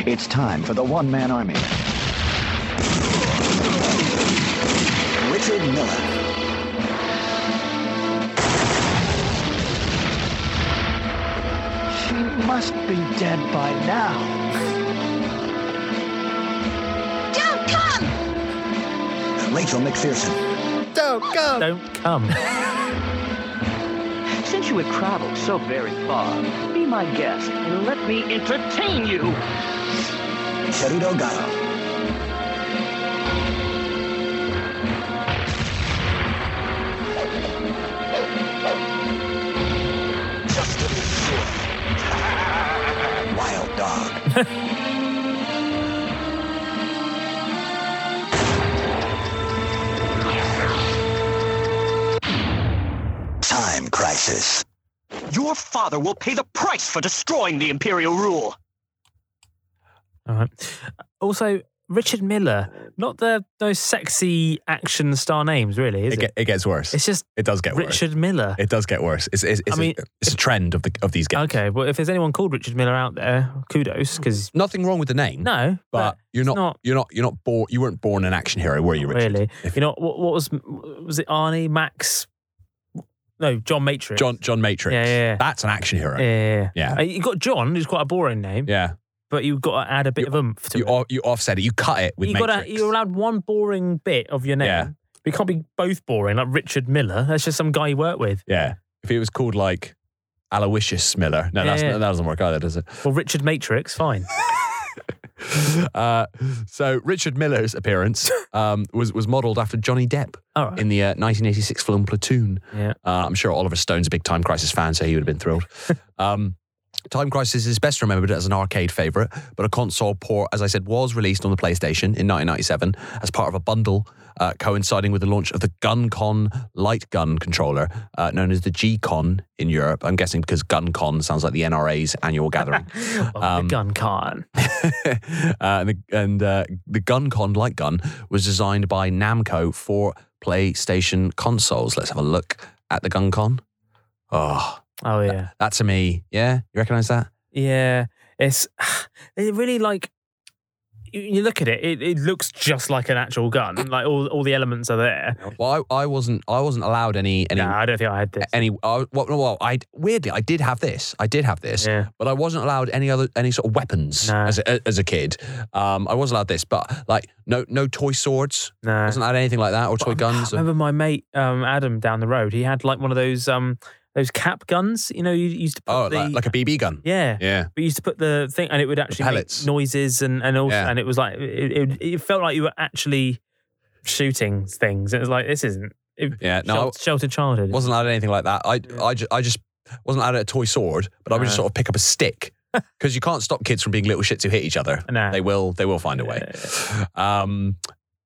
[SPEAKER 9] It's time for the one-man army. Richard Miller. She must be dead by now.
[SPEAKER 7] Don't come!
[SPEAKER 9] Rachel McPherson.
[SPEAKER 4] Don't come. *laughs*
[SPEAKER 9] Since you have traveled so very far, be my guest and let me entertain you. Cheruto Gato. *laughs* Wild dog. Time crisis.
[SPEAKER 6] Your father will pay the price for destroying the Imperial rule.
[SPEAKER 4] All right. Also, Richard Miller, not the those sexy action star names, really, is
[SPEAKER 3] It,
[SPEAKER 4] it?
[SPEAKER 3] ge- it gets worse.
[SPEAKER 4] It's just
[SPEAKER 3] it does get worse.
[SPEAKER 4] Richard Miller.
[SPEAKER 3] It does get worse. It's, it's, it's,
[SPEAKER 4] I mean,
[SPEAKER 3] a, it's a trend of the of these games.
[SPEAKER 4] Okay, well, if there's anyone called Richard Miller out there, kudos, because
[SPEAKER 3] Nothing wrong with the name.
[SPEAKER 4] no,
[SPEAKER 3] But you're
[SPEAKER 4] it's
[SPEAKER 3] not,
[SPEAKER 4] not-
[SPEAKER 3] you're not you're not born you weren't born an action hero, were you, Richard?
[SPEAKER 4] really,
[SPEAKER 3] If-
[SPEAKER 4] you know what, what was was it Arnie Max? No, John Matrix.
[SPEAKER 3] John John Matrix.
[SPEAKER 4] Yeah, yeah, yeah.
[SPEAKER 3] That's an action hero.
[SPEAKER 4] Yeah, yeah,
[SPEAKER 3] Yeah.
[SPEAKER 4] yeah. Uh, You got John, who's quite a boring name,
[SPEAKER 3] Yeah.
[SPEAKER 4] but you've got to add a bit
[SPEAKER 3] You-
[SPEAKER 4] of oomph to
[SPEAKER 3] You,
[SPEAKER 4] it.
[SPEAKER 3] off, you offset it. You cut it with
[SPEAKER 4] you
[SPEAKER 3] Matrix.
[SPEAKER 4] gotta, you're allowed one boring bit of your name.
[SPEAKER 3] Yeah.
[SPEAKER 4] But you can't be both boring, like Richard Miller. That's just some guy you work with.
[SPEAKER 3] yeah. If it was called like Aloysius Miller, no, that's,
[SPEAKER 4] Yeah, yeah.
[SPEAKER 3] that doesn't work either, does it? *laughs*
[SPEAKER 4] Or Richard Matrix, fine.
[SPEAKER 3] Uh, so Richard Miller's
[SPEAKER 4] *laughs*
[SPEAKER 3] appearance um, was was modelled after Johnny Depp
[SPEAKER 4] All right.
[SPEAKER 3] in the uh, 1986 film Platoon.
[SPEAKER 4] Yeah.
[SPEAKER 3] Uh, I'm sure Oliver Stone's a big Time Crisis fan, so he would have been thrilled. um, Time Crisis is best remembered as an arcade favourite, but a console port, as I said, was released on the PlayStation in 1997 as part of a bundle uh, coinciding with the launch of the GunCon light gun controller, uh, known as the G-Con in Europe. I'm guessing because GunCon sounds like the NRA's annual gathering.
[SPEAKER 4] Well,
[SPEAKER 3] Um,
[SPEAKER 4] the gun can.
[SPEAKER 3] *laughs* uh, and the, and uh, the GunCon light gun was designed by Namco for PlayStation consoles. Let's have a look at the GunCon. Oh,
[SPEAKER 4] Oh yeah,
[SPEAKER 3] that to me, yeah, you recognise that?
[SPEAKER 4] yeah. It's *sighs* it really like you, you look at it, it. It looks just like an actual gun. Like all all the elements are there.
[SPEAKER 3] Well, I, I wasn't, I wasn't allowed any, any,
[SPEAKER 4] No, I don't think I had this.
[SPEAKER 3] any. I, well, no, well, I weirdly, I did have this, I did have this,
[SPEAKER 4] Yeah.
[SPEAKER 3] but I wasn't allowed any other, any sort of weapons
[SPEAKER 4] No.
[SPEAKER 3] as a, as a kid. Um, I was allowed this, but like no, no toy swords.
[SPEAKER 4] No.
[SPEAKER 3] wasn't allowed anything like that or toy guns.
[SPEAKER 4] I
[SPEAKER 3] or-
[SPEAKER 4] remember my mate um, Adam down the road. He had like one of those um those cap guns. You know, you used to put
[SPEAKER 3] oh,
[SPEAKER 4] the
[SPEAKER 3] like, like a BB gun.
[SPEAKER 4] yeah.
[SPEAKER 3] yeah.
[SPEAKER 4] We used to put the thing, and it would actually
[SPEAKER 3] pellets.
[SPEAKER 4] make noises, and and also,
[SPEAKER 3] Yeah.
[SPEAKER 4] and it was like it, it, it felt like you were actually shooting things. It was like this isn't. It,
[SPEAKER 3] Yeah, no, I-
[SPEAKER 4] sheltered, sheltered childhood.
[SPEAKER 3] wasn't allowed anything like that. I, I, ju- I just wasn't allowed a toy sword, but I would just
[SPEAKER 4] No.
[SPEAKER 3] sort of pick up a stick because you can't stop kids from being little shits who hit each other.
[SPEAKER 4] No.
[SPEAKER 3] They will, they will find a way. Um,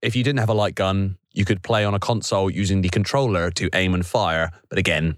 [SPEAKER 3] if you didn't have a light gun, you could play on a console using the controller to aim and fire. But again,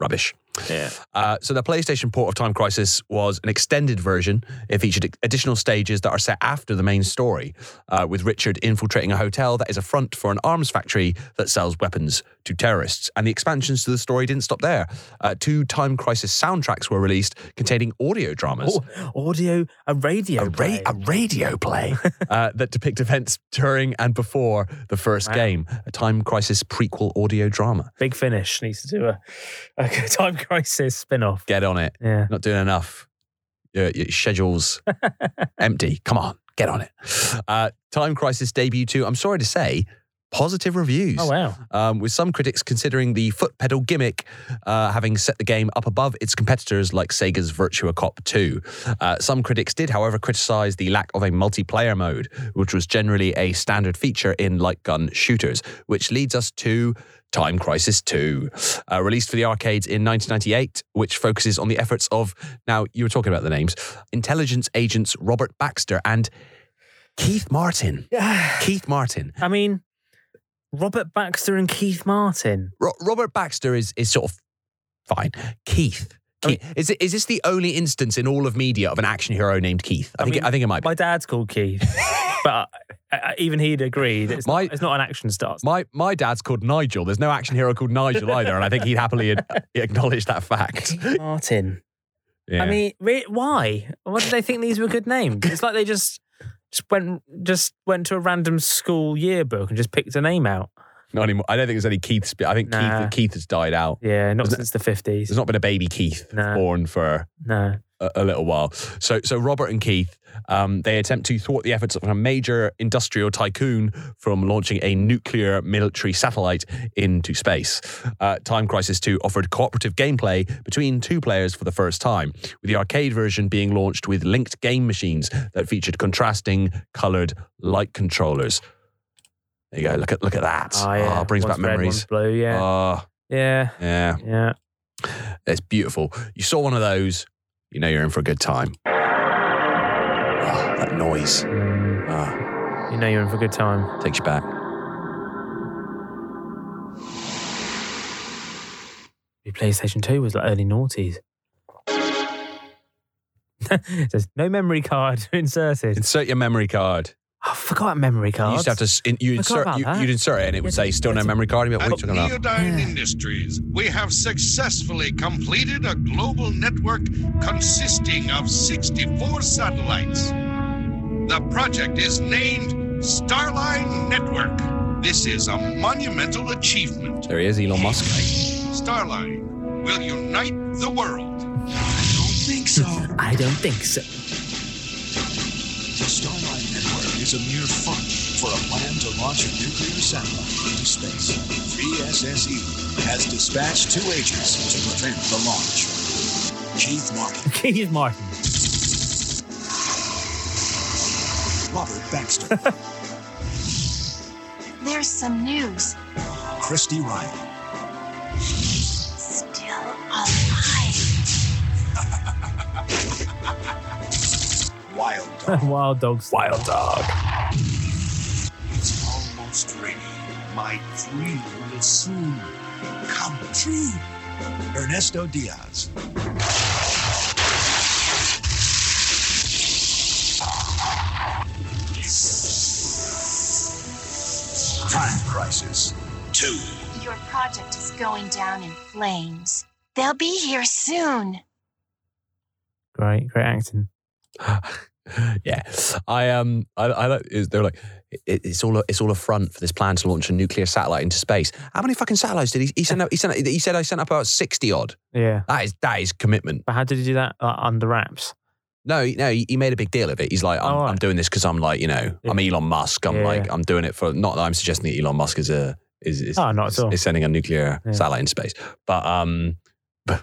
[SPEAKER 3] rubbish.
[SPEAKER 10] Yeah.
[SPEAKER 3] Uh, so the PlayStation port of Time Crisis was an extended version. It featured additional stages that are set after the main story, uh, with Richard infiltrating a hotel that is a front for an arms factory that sells weapons to terrorists. And the expansions to the story didn't stop there. Uh, two Time Crisis soundtracks were released containing audio dramas.
[SPEAKER 4] Oh, audio, a radio.
[SPEAKER 3] A, ra-
[SPEAKER 4] play.
[SPEAKER 3] a radio play *laughs* uh, that depict events during and before the first
[SPEAKER 4] Wow.
[SPEAKER 3] game, a Time Crisis prequel audio drama.
[SPEAKER 4] Big Finish needs to do a, a *laughs* Time Crisis spin off.
[SPEAKER 3] Get on it.
[SPEAKER 4] Yeah.
[SPEAKER 3] Not doing enough. Your, your *laughs* schedule's empty. Come on, get on it. Uh, Time Crisis debut too. I'm sorry to say, positive reviews.
[SPEAKER 4] Oh, wow.
[SPEAKER 3] um, with some critics considering the foot pedal gimmick uh, having set the game up above its competitors like Sega's Virtua Cop 2. Uh, some critics did, however, criticise the lack of a multiplayer mode, which was generally a standard feature in light gun shooters, which leads us to. Time Crisis 2, uh, released for the arcades in 1998, which focuses on the efforts of, now you were talking about the names, intelligence agents Robert Baxter and Keith Martin. Keith Martin.
[SPEAKER 4] I mean, Robert Baxter and Keith Martin.
[SPEAKER 3] Ro- Robert Baxter is is sort of fine. Keith.
[SPEAKER 4] I mean-
[SPEAKER 3] Keith. is, it, is this the only instance in all of media of an action hero named Keith? I,
[SPEAKER 4] I
[SPEAKER 3] think it,
[SPEAKER 4] mean,
[SPEAKER 3] I think it might be.
[SPEAKER 4] My dad's
[SPEAKER 3] *laughs*
[SPEAKER 4] called Keith, but I, I, even he'd agree that it's,
[SPEAKER 3] My-
[SPEAKER 4] not, it's not an action star.
[SPEAKER 3] My my dad's called Nigel. There's no action hero called Nigel either, and I think he'd happily ad- *laughs* acknowledge that fact.
[SPEAKER 4] Martin.
[SPEAKER 3] Yeah.
[SPEAKER 4] I mean, re- why? Why did they think these were good names? It's like they just just went just went to a random school yearbook and just picked a name out.
[SPEAKER 3] not anymore. I don't think there's any Keiths. I think
[SPEAKER 4] Nah.
[SPEAKER 3] Keith Keith has died out.
[SPEAKER 4] Yeah, not
[SPEAKER 3] Isn't it-
[SPEAKER 4] since the fifties.
[SPEAKER 3] There's not been a baby Keith
[SPEAKER 4] Nah.
[SPEAKER 3] born for
[SPEAKER 4] No.
[SPEAKER 3] a, a little while. So, so Robert and Keith, um, they attempt to thwart the efforts of a major industrial tycoon from launching a nuclear military satellite into space. Uh, Time Crisis 2 offered cooperative gameplay between two players for the first time, with the arcade version being launched with linked game machines that featured contrasting coloured light controllers. There you go. Look at look at that.
[SPEAKER 4] Oh, yeah.
[SPEAKER 3] Ah, brings
[SPEAKER 4] One's
[SPEAKER 3] back
[SPEAKER 4] red,
[SPEAKER 3] memories.
[SPEAKER 4] one's blue. Yeah.
[SPEAKER 3] Ah,
[SPEAKER 4] yeah.
[SPEAKER 3] yeah.
[SPEAKER 4] Yeah.
[SPEAKER 3] It's beautiful. You saw one of those, you know you're in for a good time. Ah, that noise
[SPEAKER 4] Mm,
[SPEAKER 3] ah,
[SPEAKER 4] you know you're in for a good time.
[SPEAKER 3] takes you back.
[SPEAKER 4] Your PlayStation Two was like early noughties. *laughs* It says no memory card *laughs* inserted.
[SPEAKER 3] Insert your memory card.
[SPEAKER 4] I forgot memory
[SPEAKER 3] You
[SPEAKER 4] cards.
[SPEAKER 3] used to have to. s- In, you
[SPEAKER 4] Forgot
[SPEAKER 3] insert.
[SPEAKER 4] about
[SPEAKER 3] You,
[SPEAKER 4] that.
[SPEAKER 3] would insert it, and it would say still no memory card. You'd be like, What are you talking about?
[SPEAKER 4] Yeah.
[SPEAKER 11] Industries, we have successfully completed a global network consisting of 64 satellites. The project is named Starline Network. This is a monumental achievement.
[SPEAKER 3] There he is, Elon Musk. *laughs*
[SPEAKER 11] Starline will unite the world.
[SPEAKER 8] Don't think so.
[SPEAKER 4] I don't think so. *laughs*
[SPEAKER 5] The Starlight Network is a mere front for a plan to launch a nuclear satellite into space. VSSE E has dispatched two agents to prevent the launch. Keith Martin,
[SPEAKER 4] Keith Martin.
[SPEAKER 5] Robert Baxter,
[SPEAKER 7] There's some news.
[SPEAKER 5] Christy Ryan,
[SPEAKER 7] Still alive.
[SPEAKER 5] Wild Dog.
[SPEAKER 4] *laughs* Wild dogs.
[SPEAKER 3] Wild dog.
[SPEAKER 11] It's almost ready. My dream will soon come true.
[SPEAKER 5] Ernesto Diaz, Time Crisis,
[SPEAKER 11] Two.
[SPEAKER 7] Your project is going down in flames. They'll be here soon.
[SPEAKER 4] Great, great acting.
[SPEAKER 3] yeah, I um, I, I like- is- they're like, it, it's all a, it's all a front for this plan to launch a nuclear satellite into space. How many fucking satellites did he, he send out? He sent out, he said I sent up about sixty odd.
[SPEAKER 4] Yeah.
[SPEAKER 3] That is that is commitment.
[SPEAKER 4] But how did he do that uh, under wraps?
[SPEAKER 3] No, he- no, he he made a big deal of it. He's like, I'm,
[SPEAKER 4] Oh, right.
[SPEAKER 3] I'm doing this because I'm like, you know, I'm Elon Musk. I'm
[SPEAKER 4] Yeah.
[SPEAKER 3] like, I'm doing it for not that I'm suggesting that Elon Musk is a is is,
[SPEAKER 4] Oh, not at
[SPEAKER 3] is,
[SPEAKER 4] all.
[SPEAKER 3] is sending a nuclear
[SPEAKER 4] Yeah.
[SPEAKER 3] satellite in space, but um, *laughs* but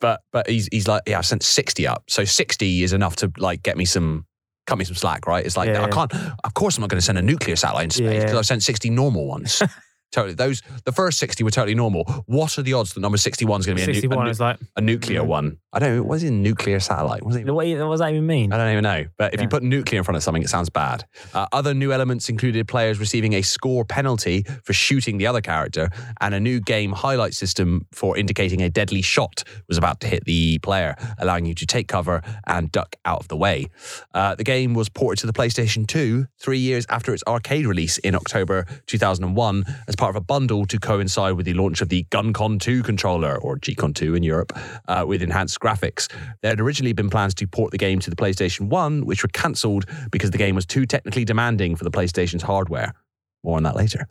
[SPEAKER 3] but but he's he's like, yeah, I've sent sixty up, so sixty is enough to like get me some. Cut me some slack, right? It's like I
[SPEAKER 4] Yeah, yeah.
[SPEAKER 3] can't. Of course, I'm not going to send a nuclear satellite in space
[SPEAKER 4] Yeah. *laughs*
[SPEAKER 3] because I've sent sixty normal ones. Totally. Those the first sixty were totally normal. What are the odds that number sixty one is going to be a, nu- a,
[SPEAKER 4] 61
[SPEAKER 3] nu-
[SPEAKER 4] is like,
[SPEAKER 3] a nuclear one? I don't. know. What is a nuclear satellite? What Uh, is it?
[SPEAKER 4] what, what does that even mean?
[SPEAKER 3] I don't even know. But if you
[SPEAKER 4] Yeah.
[SPEAKER 3] put nuclear in front of something, it sounds bad. Uh, other new elements included players receiving a score penalty for shooting the other character, and a new game highlight system for indicating a deadly shot was about to hit the player, allowing you to take cover and duck out of the way. Uh, the game was ported to the PlayStation 2 three years after its arcade release in October 2001 as part of a bundle to coincide with the launch of the GunCon 2 controller, or GCon 2 in Europe, uh, with enhanced graphics. There had originally been plans to port the game to the PlayStation 1, which were cancelled because the game was too technically demanding for the PlayStation's hardware. More on that later.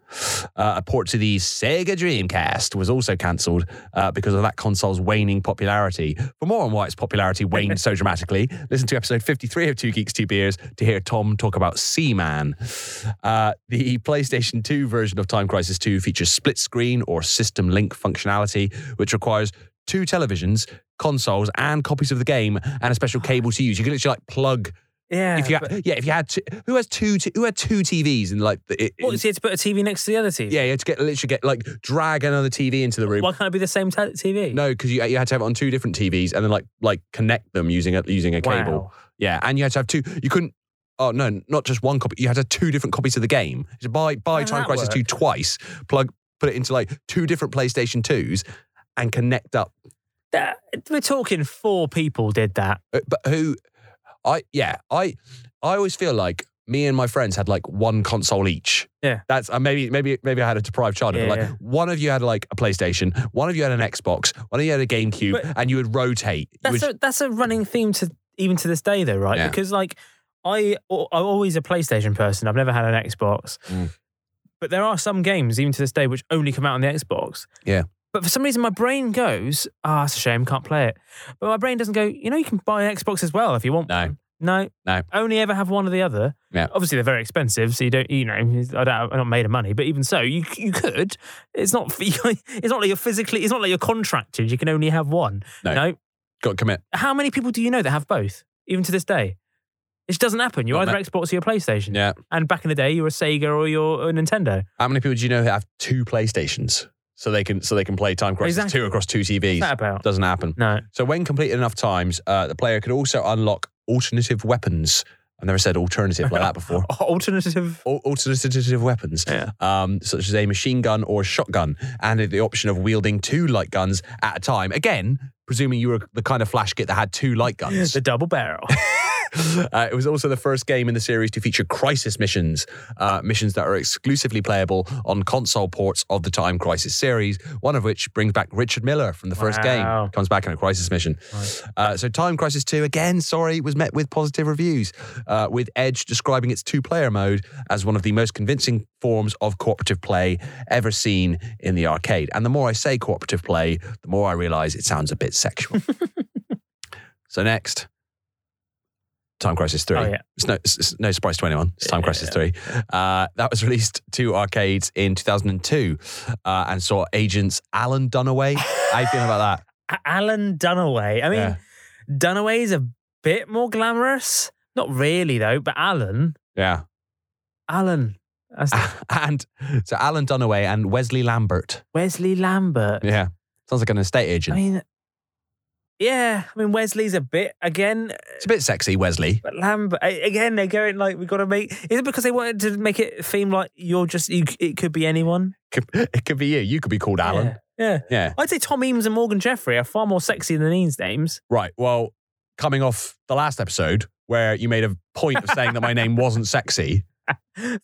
[SPEAKER 3] Uh, a port to the Sega Dreamcast was also cancelled uh, because of that console's waning popularity. For more on why its popularity waned so dramatically, *laughs* listen to episode 53 of Two Geeks, Two Beers to hear Tom talk about Seaman. Uh, the PlayStation 2 version of Time Crisis 2 features split screen or system link functionality, which requires two televisions, consoles, and copies of the game, and a special cable to use. You can literally like plug.
[SPEAKER 4] Yeah.
[SPEAKER 3] if you had, yeah, if you had, two, who has two? T- who had two TVs and like? the- It,
[SPEAKER 4] what, is he had to put a TV next to the other TV?
[SPEAKER 3] yeah, you had to get literally get like drag another TV into the room.
[SPEAKER 4] Why can't it be the same te- TV?
[SPEAKER 3] No, because you, you had to have it on two different TVs and then like like connect them using a using a
[SPEAKER 4] Wow.
[SPEAKER 3] cable. Yeah, and you had to have two. You couldn't. Oh no, not just one copy. You had to have two different copies of the game. So buy buy
[SPEAKER 4] How'd
[SPEAKER 3] Time
[SPEAKER 4] that
[SPEAKER 3] Crisis Two
[SPEAKER 4] work?
[SPEAKER 3] twice. Plug put it into like two different PlayStation Twos and connect up.
[SPEAKER 4] That- we're talking four people did that.
[SPEAKER 3] Uh, But who? I yeah I I always feel like. Me and my friends had like one console each.
[SPEAKER 4] Yeah.
[SPEAKER 3] that's uh, maybe maybe maybe I had a deprived child.
[SPEAKER 4] Yeah,
[SPEAKER 3] like
[SPEAKER 4] yeah.
[SPEAKER 3] one of you had like a PlayStation, one of you had an Xbox, one of you had a GameCube,
[SPEAKER 4] But-
[SPEAKER 3] and you would rotate. You would-
[SPEAKER 4] That's a, that's a running theme to even to this day though, right?
[SPEAKER 3] Yeah.
[SPEAKER 4] Because like I I'm always a PlayStation person. I've never had an Xbox.
[SPEAKER 3] Mm.
[SPEAKER 4] But there are some games even to this day which only come out on the Xbox.
[SPEAKER 3] Yeah.
[SPEAKER 4] But for some reason my brain goes, ah, it's a shame, can't play it. But my brain doesn't go, you know you can buy an Xbox as well if you want.
[SPEAKER 3] No.
[SPEAKER 4] one." No.
[SPEAKER 3] No.
[SPEAKER 4] Only ever have one or the other.
[SPEAKER 3] Yeah.
[SPEAKER 4] Obviously they're very expensive, so you don't you know, I don't I'm not made of money, but even so, you you could. It's not *laughs* it's not like you're physically it's not like you're contracted. You can only have one.
[SPEAKER 3] No.
[SPEAKER 4] no
[SPEAKER 3] got to commit.
[SPEAKER 4] how many people do you know that have both, even to this day? It just doesn't happen. You're
[SPEAKER 3] Not
[SPEAKER 4] either Xbox or your PlayStation.
[SPEAKER 3] Yeah.
[SPEAKER 4] And back in the day, you were a Sega or your a Nintendo.
[SPEAKER 3] How many people do you know who have two PlayStations so they can so they can play Time Crisis
[SPEAKER 4] Exactly.
[SPEAKER 3] Two across two
[SPEAKER 4] What's that
[SPEAKER 3] TVs?
[SPEAKER 4] about?
[SPEAKER 3] Doesn't happen. *laughs*
[SPEAKER 4] No.
[SPEAKER 3] So when completed enough times, uh, the player could also unlock alternative weapons. I've never said alternative
[SPEAKER 4] *laughs*
[SPEAKER 3] like that before.
[SPEAKER 4] Alternative.
[SPEAKER 3] Al- Alternative weapons,
[SPEAKER 4] Yeah.
[SPEAKER 3] um, such as a machine gun or a shotgun, and the option of wielding two light guns at a time. Again, presuming you were the kind of flash kit that had two light guns.
[SPEAKER 4] The double barrel.
[SPEAKER 3] *laughs* Uh, it was also the first game in the series to feature crisis missions, uh, missions that are exclusively playable on console ports of the Time Crisis series. One of which brings back Richard Miller from the first
[SPEAKER 4] Wow.
[SPEAKER 3] game, comes back in a crisis mission. Uh, so Time Crisis 2, again, sorry, was met with positive reviews, uh, with Edge describing its two player mode as one of the most convincing forms of cooperative play ever seen in the arcade. And the more I say cooperative play, the more I realize it sounds a bit sexual. so next. Time Crisis 3.
[SPEAKER 4] Oh, yeah.
[SPEAKER 3] It's no, it's, it's no surprise to anyone. It's Time
[SPEAKER 4] Yeah,
[SPEAKER 3] Crisis 3. Uh, that was *laughs* released to arcades in 2002 uh, and saw agents Alan Dunaway. How you feeling about
[SPEAKER 4] *laughs*
[SPEAKER 3] that?
[SPEAKER 4] A- Alan Dunaway. I mean,
[SPEAKER 3] Yeah.
[SPEAKER 4] Dunaway's a bit more glamorous. Not really, though, but Alan.
[SPEAKER 3] Yeah. *laughs*
[SPEAKER 4] Alan. That's
[SPEAKER 3] and so Alan Dunaway and Wesley Lambert.
[SPEAKER 4] Wesley Lambert.
[SPEAKER 3] Yeah. Sounds like an estate
[SPEAKER 4] I
[SPEAKER 3] agent.
[SPEAKER 4] mean, yeah. I mean, Wesley's a bit, again,
[SPEAKER 3] it's a bit sexy, Wesley. *laughs*
[SPEAKER 4] But Lambert a- again, they're going like we've got to make. Is it because they wanted to make it seem like you're just you, it could be anyone?
[SPEAKER 3] Could- It could be you. You could be called Alan.
[SPEAKER 4] Yeah. yeah.
[SPEAKER 3] Yeah.
[SPEAKER 4] I'd say Tom Eames and Morgan Jeffrey are far more sexy than these names.
[SPEAKER 3] Right. Well, coming off the last episode where you made a point of saying that my name wasn't sexy.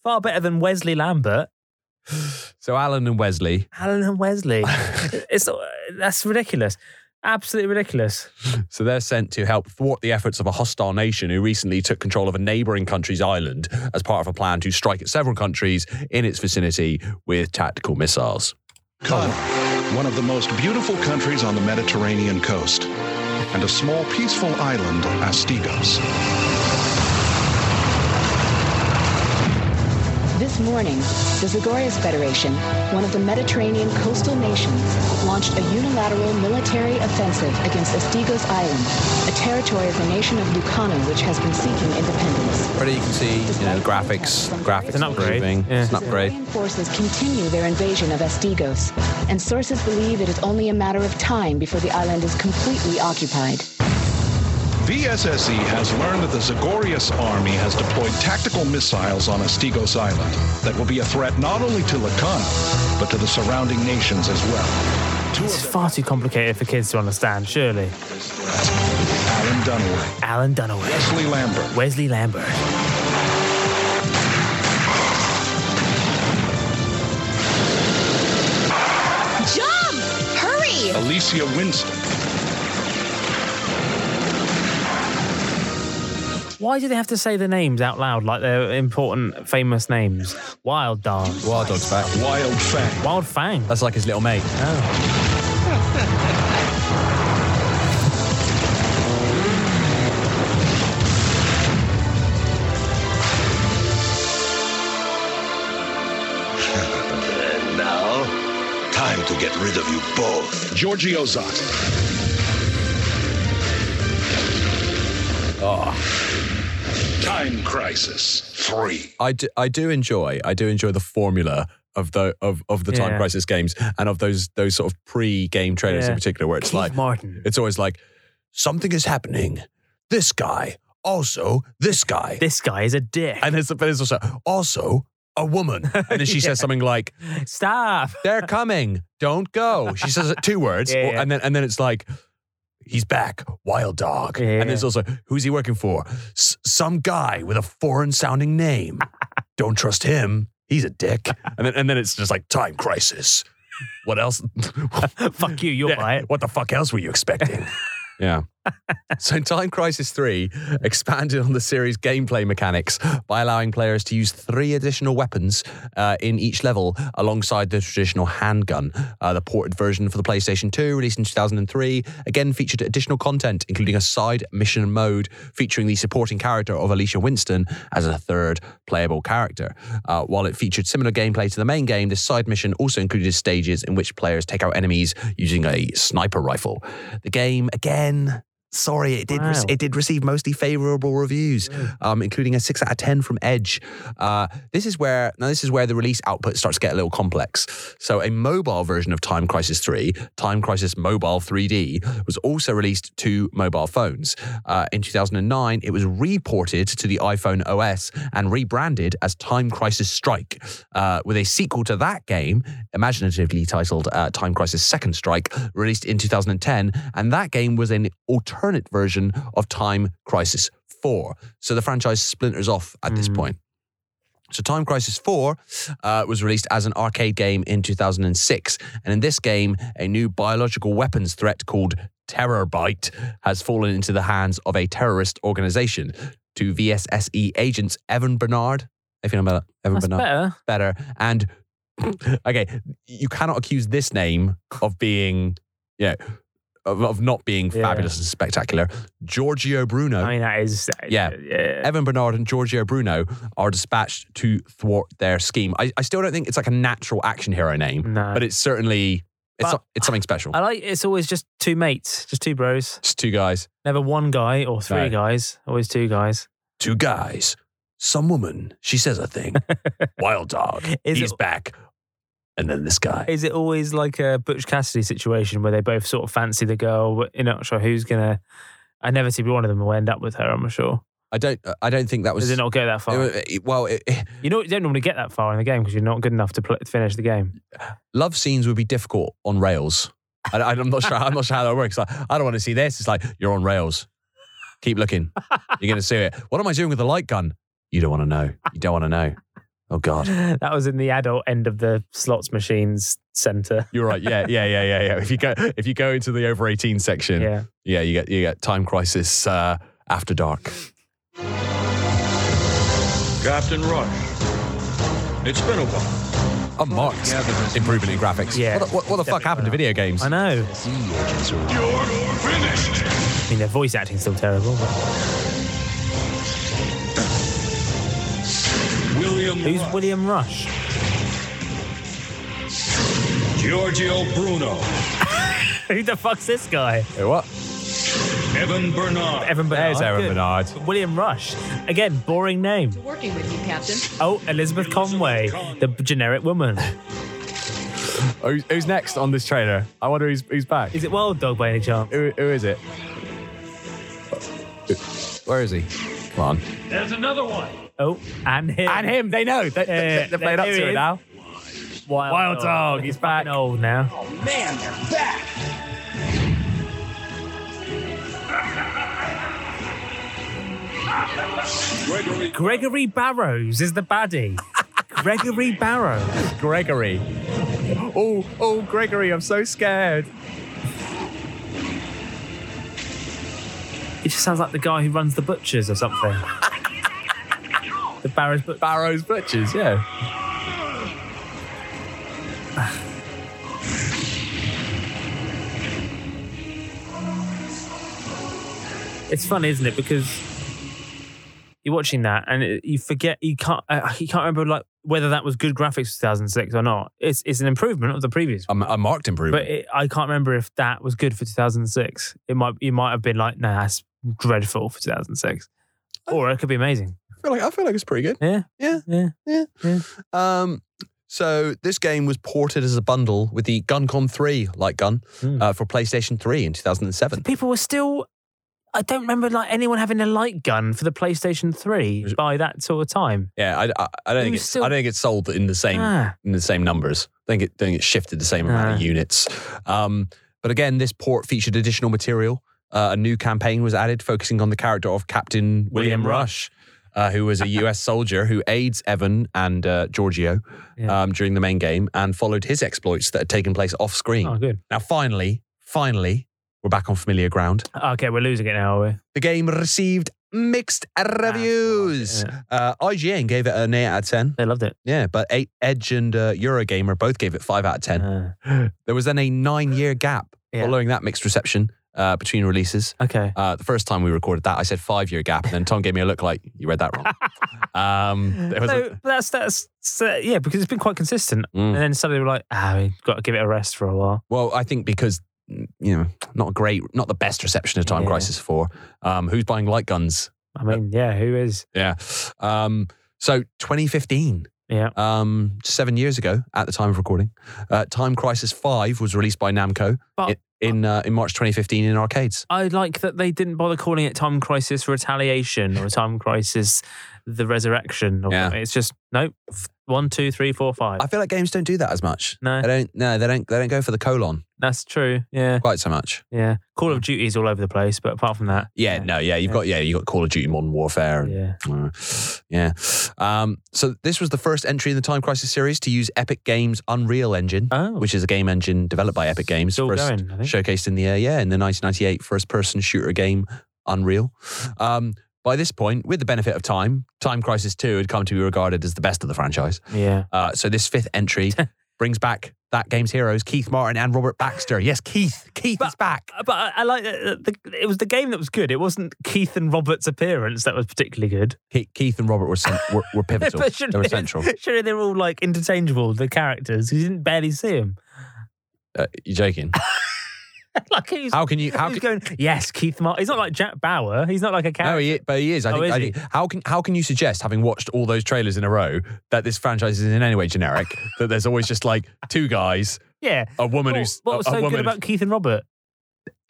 [SPEAKER 4] Far better than Wesley Lambert,
[SPEAKER 3] So Alan and Wesley.
[SPEAKER 4] Alan
[SPEAKER 3] *laughs*
[SPEAKER 4] and Wesley. it's uh, that's ridiculous, absolutely ridiculous.
[SPEAKER 3] So they're sent to help thwart the efforts of a hostile nation who recently took control of a neighboring country's island as part of a plan to strike at several countries in its vicinity with tactical missiles.
[SPEAKER 5] Qatar, one of the most beautiful countries on the Mediterranean coast, and a small peaceful island, Astigos.
[SPEAKER 10] This morning, the Zagorius Federation, one of the Mediterranean coastal nations, launched a unilateral military offensive against Estigos Island, a territory of the nation of Lucano, which has been seeking independence.
[SPEAKER 3] Already you can see, you know, graphics, graphics
[SPEAKER 4] an upgrade.
[SPEAKER 3] improving.
[SPEAKER 4] Yeah.
[SPEAKER 3] It's an upgrade.
[SPEAKER 10] Syrian forces continue their invasion of Estigos, and sources believe it is only a matter of time before the island is completely occupied.
[SPEAKER 12] VSSE E has learned that the Zagorius army has deployed tactical missiles on Estigos Island that will be a threat not only to Lacana, but to the surrounding nations as well.
[SPEAKER 4] This is far too complicated for kids to understand, surely.
[SPEAKER 12] Alan Dunaway.
[SPEAKER 4] Alan Dunaway.
[SPEAKER 12] Wesley Lambert.
[SPEAKER 4] Wesley Lambert.
[SPEAKER 7] Jump! Hurry!
[SPEAKER 12] Alicia Winston.
[SPEAKER 4] Why do they have to say the names out loud like they're important, famous names? Wild Dog.
[SPEAKER 3] Wild Dog's back.
[SPEAKER 12] Wild Fang.
[SPEAKER 4] Wild Fang.
[SPEAKER 3] That's like his little mate.
[SPEAKER 8] And now, time to get rid of you both.
[SPEAKER 12] Giorgio Zox. Ah. Time Crisis 3.
[SPEAKER 3] I do, I do enjoy I do enjoy the formula of the of, of the time
[SPEAKER 4] Yeah.
[SPEAKER 3] crisis games and of those those sort of pre game trailers
[SPEAKER 4] Yeah.
[SPEAKER 3] in particular where it's
[SPEAKER 4] Keith
[SPEAKER 3] like
[SPEAKER 4] Martin.
[SPEAKER 3] it's always like something is happening this guy also this guy
[SPEAKER 4] *laughs* This guy is a dick.
[SPEAKER 3] and there's, but there's also also a woman and
[SPEAKER 4] *laughs*
[SPEAKER 3] then she
[SPEAKER 4] Yeah.
[SPEAKER 3] says something like
[SPEAKER 4] Stop. *laughs*
[SPEAKER 3] they're coming don't go she says it two words
[SPEAKER 4] Yeah,
[SPEAKER 3] or-
[SPEAKER 4] yeah.
[SPEAKER 3] and then and then it's like he's back wild dog
[SPEAKER 4] Yeah,
[SPEAKER 3] and there's
[SPEAKER 4] yeah.
[SPEAKER 3] also who's he working for S- some guy with a foreign sounding
[SPEAKER 4] *laughs*
[SPEAKER 3] name don't trust him he's a dick and then and then it's just like time crisis what else *laughs*
[SPEAKER 4] Fuck you. *laughs* You'll
[SPEAKER 3] Yeah,
[SPEAKER 4] buy it.
[SPEAKER 3] what the fuck else were you
[SPEAKER 4] *laughs*
[SPEAKER 3] expecting yeah so time crisis 3 expanded on the series gameplay mechanics by allowing players to use three additional weapons uh, in each level alongside the traditional handgun uh, the ported version for the playstation 2 released in 2003 again featured additional content including a side mission mode featuring the supporting character of alicia winston as a third playable character uh, while it featured similar gameplay to the main game this side mission also included stages in which players take out enemies using a sniper rifle the game again Sorry, it did rec-
[SPEAKER 4] Wow.
[SPEAKER 3] it did receive mostly favorable reviews, um, including a six out of ten from Edge. Uh, this is where now this is where the release output starts to get a little complex. So a mobile version of Time Crisis Three, Time Crisis Mobile 3D, was also released to mobile phones. Uh, in 2009, it was reported to the iPhone OS and rebranded as Time Crisis Strike, uh, with a sequel to that game, imaginatively titled uh, Time Crisis Second Strike, released in 2010. And that game was an alternate version of Time Crisis 4. So the franchise splinters off at this
[SPEAKER 4] Mm.
[SPEAKER 3] point. So, Time Crisis 4 uh, was released as an arcade game in 2006. And in this game, a new biological weapons threat called Terrorbite has fallen into the hands of a terrorist organization. To VSSE E agents Evan Bernard, if you know about Evan
[SPEAKER 4] That's
[SPEAKER 3] Bernard,
[SPEAKER 4] better.
[SPEAKER 3] better. And okay, you cannot accuse this name of being, yeah, of, of not being
[SPEAKER 4] Yeah.
[SPEAKER 3] fabulous and spectacular. Giorgio Bruno.
[SPEAKER 4] I mean, that is. uh,
[SPEAKER 3] Yeah. Evan Bernard and Giorgio Bruno are dispatched to thwart their scheme. I, I still don't think it's like a natural action hero name,
[SPEAKER 4] No.
[SPEAKER 3] but it's certainly it's,
[SPEAKER 4] But-
[SPEAKER 3] so- it's something special.
[SPEAKER 4] I like it's always just two mates, just two bros.
[SPEAKER 3] it's two guys,
[SPEAKER 4] Never one guy or
[SPEAKER 3] No.
[SPEAKER 4] three guys. Always two guys. *laughs*
[SPEAKER 3] two guys, some woman. She says a thing. Wild dog.
[SPEAKER 4] *laughs* Is
[SPEAKER 3] He's
[SPEAKER 4] it-
[SPEAKER 3] back, and then this guy.
[SPEAKER 4] Is it always like a Butch Cassidy situation where they both sort of fancy the girl, but you're not sure who's gonna? I never see one of them will end up with her. I'm sure.
[SPEAKER 3] I don't. I don't think that was.
[SPEAKER 4] Does it not go that far?
[SPEAKER 3] It wa- it- well, it- it-
[SPEAKER 4] you know, you don't normally get that far in the game because you're not good enough to pl- finish the game.
[SPEAKER 3] love scenes would be difficult on rails. I, I- I'm not sure. I'm not sure how that works. Like, I don't want to see this. It's like you're on rails. Keep
[SPEAKER 4] *laughs*
[SPEAKER 3] looking. You're going to see it. What am I doing with the light gun? You don't want to know. You don't want to know. Oh God.
[SPEAKER 4] *laughs* That was in the adult end of the slots machines center.
[SPEAKER 3] You're right. Yeah, yeah, yeah, yeah, yeah. If you go, if you go into the over 18 section,
[SPEAKER 4] Yeah.
[SPEAKER 3] yeah you get you get time crisis uh, after dark.
[SPEAKER 13] Captain Rush. It's been a while.
[SPEAKER 3] A marked improvement in graphics.
[SPEAKER 4] Yeah.
[SPEAKER 3] What the, what, what the fuck happened to video games?
[SPEAKER 4] I know.
[SPEAKER 8] You're finished.
[SPEAKER 4] I mean, their voice acting's still terrible. But
[SPEAKER 13] William William
[SPEAKER 4] Who's
[SPEAKER 13] Rush.
[SPEAKER 4] William Rush? *laughs*
[SPEAKER 13] Giorgio Bruno.
[SPEAKER 4] Who the fuck's this guy?
[SPEAKER 3] Hey, what?
[SPEAKER 13] Evan Bernard.
[SPEAKER 4] Evan Bernard.
[SPEAKER 3] There's Evan
[SPEAKER 4] Good.
[SPEAKER 3] Bernard.
[SPEAKER 4] William Rush. Again, boring name.
[SPEAKER 14] Working with you, Captain.
[SPEAKER 4] Oh, Elizabeth Conway, the generic woman.
[SPEAKER 3] Oh, Who's who's next on this trailer? I wonder who's, who's back.
[SPEAKER 4] Is it Wild Dog by any chance?
[SPEAKER 3] Who, who is it? Where is he? Come on.
[SPEAKER 13] There's another one.
[SPEAKER 4] Oh, and him.
[SPEAKER 3] And him. They know. They,
[SPEAKER 4] Yeah,
[SPEAKER 3] they, have played up
[SPEAKER 4] there
[SPEAKER 3] to
[SPEAKER 4] he
[SPEAKER 3] it
[SPEAKER 4] is.
[SPEAKER 3] now.
[SPEAKER 4] Wild,
[SPEAKER 3] Wild Dog,
[SPEAKER 4] He's back. Old now.
[SPEAKER 9] Oh, Man, they're back!
[SPEAKER 13] Gregory.
[SPEAKER 4] Gregory Barrows is
[SPEAKER 3] *laughs*
[SPEAKER 4] the baddie. Gregory Barrows.
[SPEAKER 3] Gregory. Oh, oh, Gregory, I'm so scared.
[SPEAKER 4] It just sounds like the guy who runs the butchers or something. the Barrows butchers.
[SPEAKER 3] Barrows butchers, yeah.
[SPEAKER 4] It's fun, isn't it? Because you're watching that and it, you forget you can't uh, you can't remember like whether that was good graphics 2006 or not. It's it's an improvement of the previous.
[SPEAKER 3] A, a marked improvement.
[SPEAKER 4] But it, I can't remember if that was good for 2006. It might it might have been like, nah, that's dreadful for 2006, or it could be amazing.
[SPEAKER 3] I feel like I feel like it's pretty good.
[SPEAKER 4] Yeah,
[SPEAKER 3] Oh. Yeah.
[SPEAKER 4] yeah.
[SPEAKER 3] Um, so this game was ported as a bundle with the GunCon 3 light gun
[SPEAKER 4] Hmm.
[SPEAKER 3] uh, for PlayStation 3 in 2007.
[SPEAKER 4] People were still. I don't remember like anyone having a light gun for the PlayStation 3 by that sort of time.
[SPEAKER 3] Yeah, I, I, I don't
[SPEAKER 4] It
[SPEAKER 3] think
[SPEAKER 4] was
[SPEAKER 3] it's,
[SPEAKER 4] still-
[SPEAKER 3] I don't think it's sold in the same
[SPEAKER 4] Ah.
[SPEAKER 3] in the same numbers. I think it I think it shifted the same amount of units. Um, but again, this port featured additional material. Uh, a new campaign was added, focusing on the character of Captain William,
[SPEAKER 4] William
[SPEAKER 3] Rush, uh, who
[SPEAKER 4] *laughs*
[SPEAKER 3] was a U.S. soldier who aids Evan and uh, Giorgio
[SPEAKER 4] Yeah.
[SPEAKER 3] um, during the main game and followed his exploits that had taken place off screen.
[SPEAKER 4] Oh, good.
[SPEAKER 3] Now, finally, finally, we're back on familiar ground.
[SPEAKER 4] Okay, we're losing it now, are we?
[SPEAKER 3] The game received mixed
[SPEAKER 4] Ah,
[SPEAKER 3] reviews. Uh, IGN gave it an 8 out of 10.
[SPEAKER 4] They loved it.
[SPEAKER 3] Yeah, but eight, Edge and uh, Eurogamer both gave it 5 out of 10.
[SPEAKER 4] Uh,
[SPEAKER 3] There was then a nine year gap
[SPEAKER 4] Yeah.
[SPEAKER 3] following that mixed reception uh, between releases.
[SPEAKER 4] okay.
[SPEAKER 3] Uh, the first time we recorded that, I said five year gap, and then Tom gave me a look like, you read that
[SPEAKER 4] *laughs*
[SPEAKER 3] wrong. um, there was
[SPEAKER 4] no,
[SPEAKER 3] a-
[SPEAKER 4] but that's that's so, yeah because it's been quite consistent,
[SPEAKER 3] Mm.
[SPEAKER 4] and then suddenly we're like, ah, we've got to give it a rest for a while.
[SPEAKER 3] well, I think because, you know, not a great, not the best reception of Time
[SPEAKER 4] Yeah.
[SPEAKER 3] Crisis 4. Um, who's buying light guns?
[SPEAKER 4] I mean, yeah, who is?
[SPEAKER 3] Yeah. Um, so 2015,
[SPEAKER 4] Yeah,
[SPEAKER 3] um, seven years ago at the time of recording, uh, Time Crisis 5 was released by Namco
[SPEAKER 4] But-
[SPEAKER 3] in, in, uh, in March 2015 in arcades.
[SPEAKER 4] I like that they didn't bother calling it Time Crisis Retaliation or Time Crisis The Resurrection. Or
[SPEAKER 3] Yeah.
[SPEAKER 4] something. It's just, nope, f- one, two, three, four, five.
[SPEAKER 3] I feel like games don't do that as much.
[SPEAKER 4] no,
[SPEAKER 3] They don't. No, they don't. They don't go for the colon
[SPEAKER 4] that's true. Yeah,
[SPEAKER 3] quite so much.
[SPEAKER 4] yeah. Call of Duty is all over the place, but apart from that,
[SPEAKER 3] Yeah, no, yeah, you've got yeah, you have got Call of Duty Modern Warfare. And,
[SPEAKER 4] yeah.
[SPEAKER 3] uh, yeah. Um, so this was the first entry in the Time Crisis series to use Epic Games Unreal Engine,
[SPEAKER 4] Oh,
[SPEAKER 3] which is a game engine developed by Epic Games,
[SPEAKER 4] still
[SPEAKER 3] first
[SPEAKER 4] going, I think.
[SPEAKER 3] showcased in the uh, yeah in the 1998 first-person shooter game Unreal. Um, by this point, with the benefit of time, Time Crisis Two had come to be regarded as the best of the franchise.
[SPEAKER 4] Yeah.
[SPEAKER 3] Uh, so this fifth *laughs* entry brings back that game's heroes, Keith Martin and Robert Baxter. Yes, Keith. Keith is back.
[SPEAKER 4] Uh, But I, I like that the, it was the game that was good. It wasn't Keith and Robert's appearance that was particularly good.
[SPEAKER 3] Ke- Keith and Robert were, cen- were,
[SPEAKER 4] *laughs*
[SPEAKER 3] were pivotal.
[SPEAKER 4] But
[SPEAKER 3] they were central.
[SPEAKER 4] *laughs* Surely they're all like interchangeable, the characters. You didn't barely see them.
[SPEAKER 3] Uh, you're joking.
[SPEAKER 4] *laughs* like he's,
[SPEAKER 3] How can you? How
[SPEAKER 4] he's
[SPEAKER 3] can?
[SPEAKER 4] going, yes, Keith Martin. He's not like Jack Bauer. He's not like a
[SPEAKER 3] No,
[SPEAKER 4] character.
[SPEAKER 3] he, but he is. I
[SPEAKER 4] Oh,
[SPEAKER 3] think,
[SPEAKER 4] is
[SPEAKER 3] I
[SPEAKER 4] he?
[SPEAKER 3] think- How can how can you suggest, having watched all those trailers in a row, that this franchise is in any way
[SPEAKER 4] *laughs*
[SPEAKER 3] generic? that there's always just like two guys,
[SPEAKER 4] yeah.
[SPEAKER 3] a woman
[SPEAKER 4] What,
[SPEAKER 3] who's
[SPEAKER 4] what was
[SPEAKER 3] a, a
[SPEAKER 4] so
[SPEAKER 3] woman.
[SPEAKER 4] good about Keith and Robert?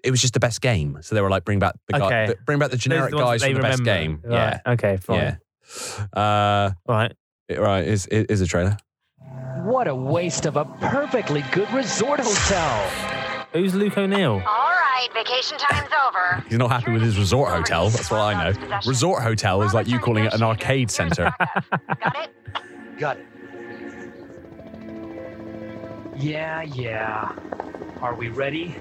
[SPEAKER 3] it was just the best game. So they were like, bring back the guy,
[SPEAKER 4] Okay.
[SPEAKER 3] bring back the
[SPEAKER 4] Those are
[SPEAKER 3] generic
[SPEAKER 4] the ones
[SPEAKER 3] guys
[SPEAKER 4] that
[SPEAKER 3] from
[SPEAKER 4] they
[SPEAKER 3] the best
[SPEAKER 4] remember.
[SPEAKER 3] game. Yeah,
[SPEAKER 4] Right. Okay. Fine.
[SPEAKER 3] yeah. Uh,
[SPEAKER 4] All right.
[SPEAKER 3] it- right, is it is a trailer.
[SPEAKER 9] What a waste of a perfectly good resort hotel.
[SPEAKER 4] Who's Luke O'Neill?
[SPEAKER 15] All right, vacation time's over.
[SPEAKER 3] He's not happy with his resort hotel. That's what I know. Resort hotel is like you calling it an arcade
[SPEAKER 4] *laughs*
[SPEAKER 3] center.
[SPEAKER 9] Got it. Yeah, yeah. Are we ready?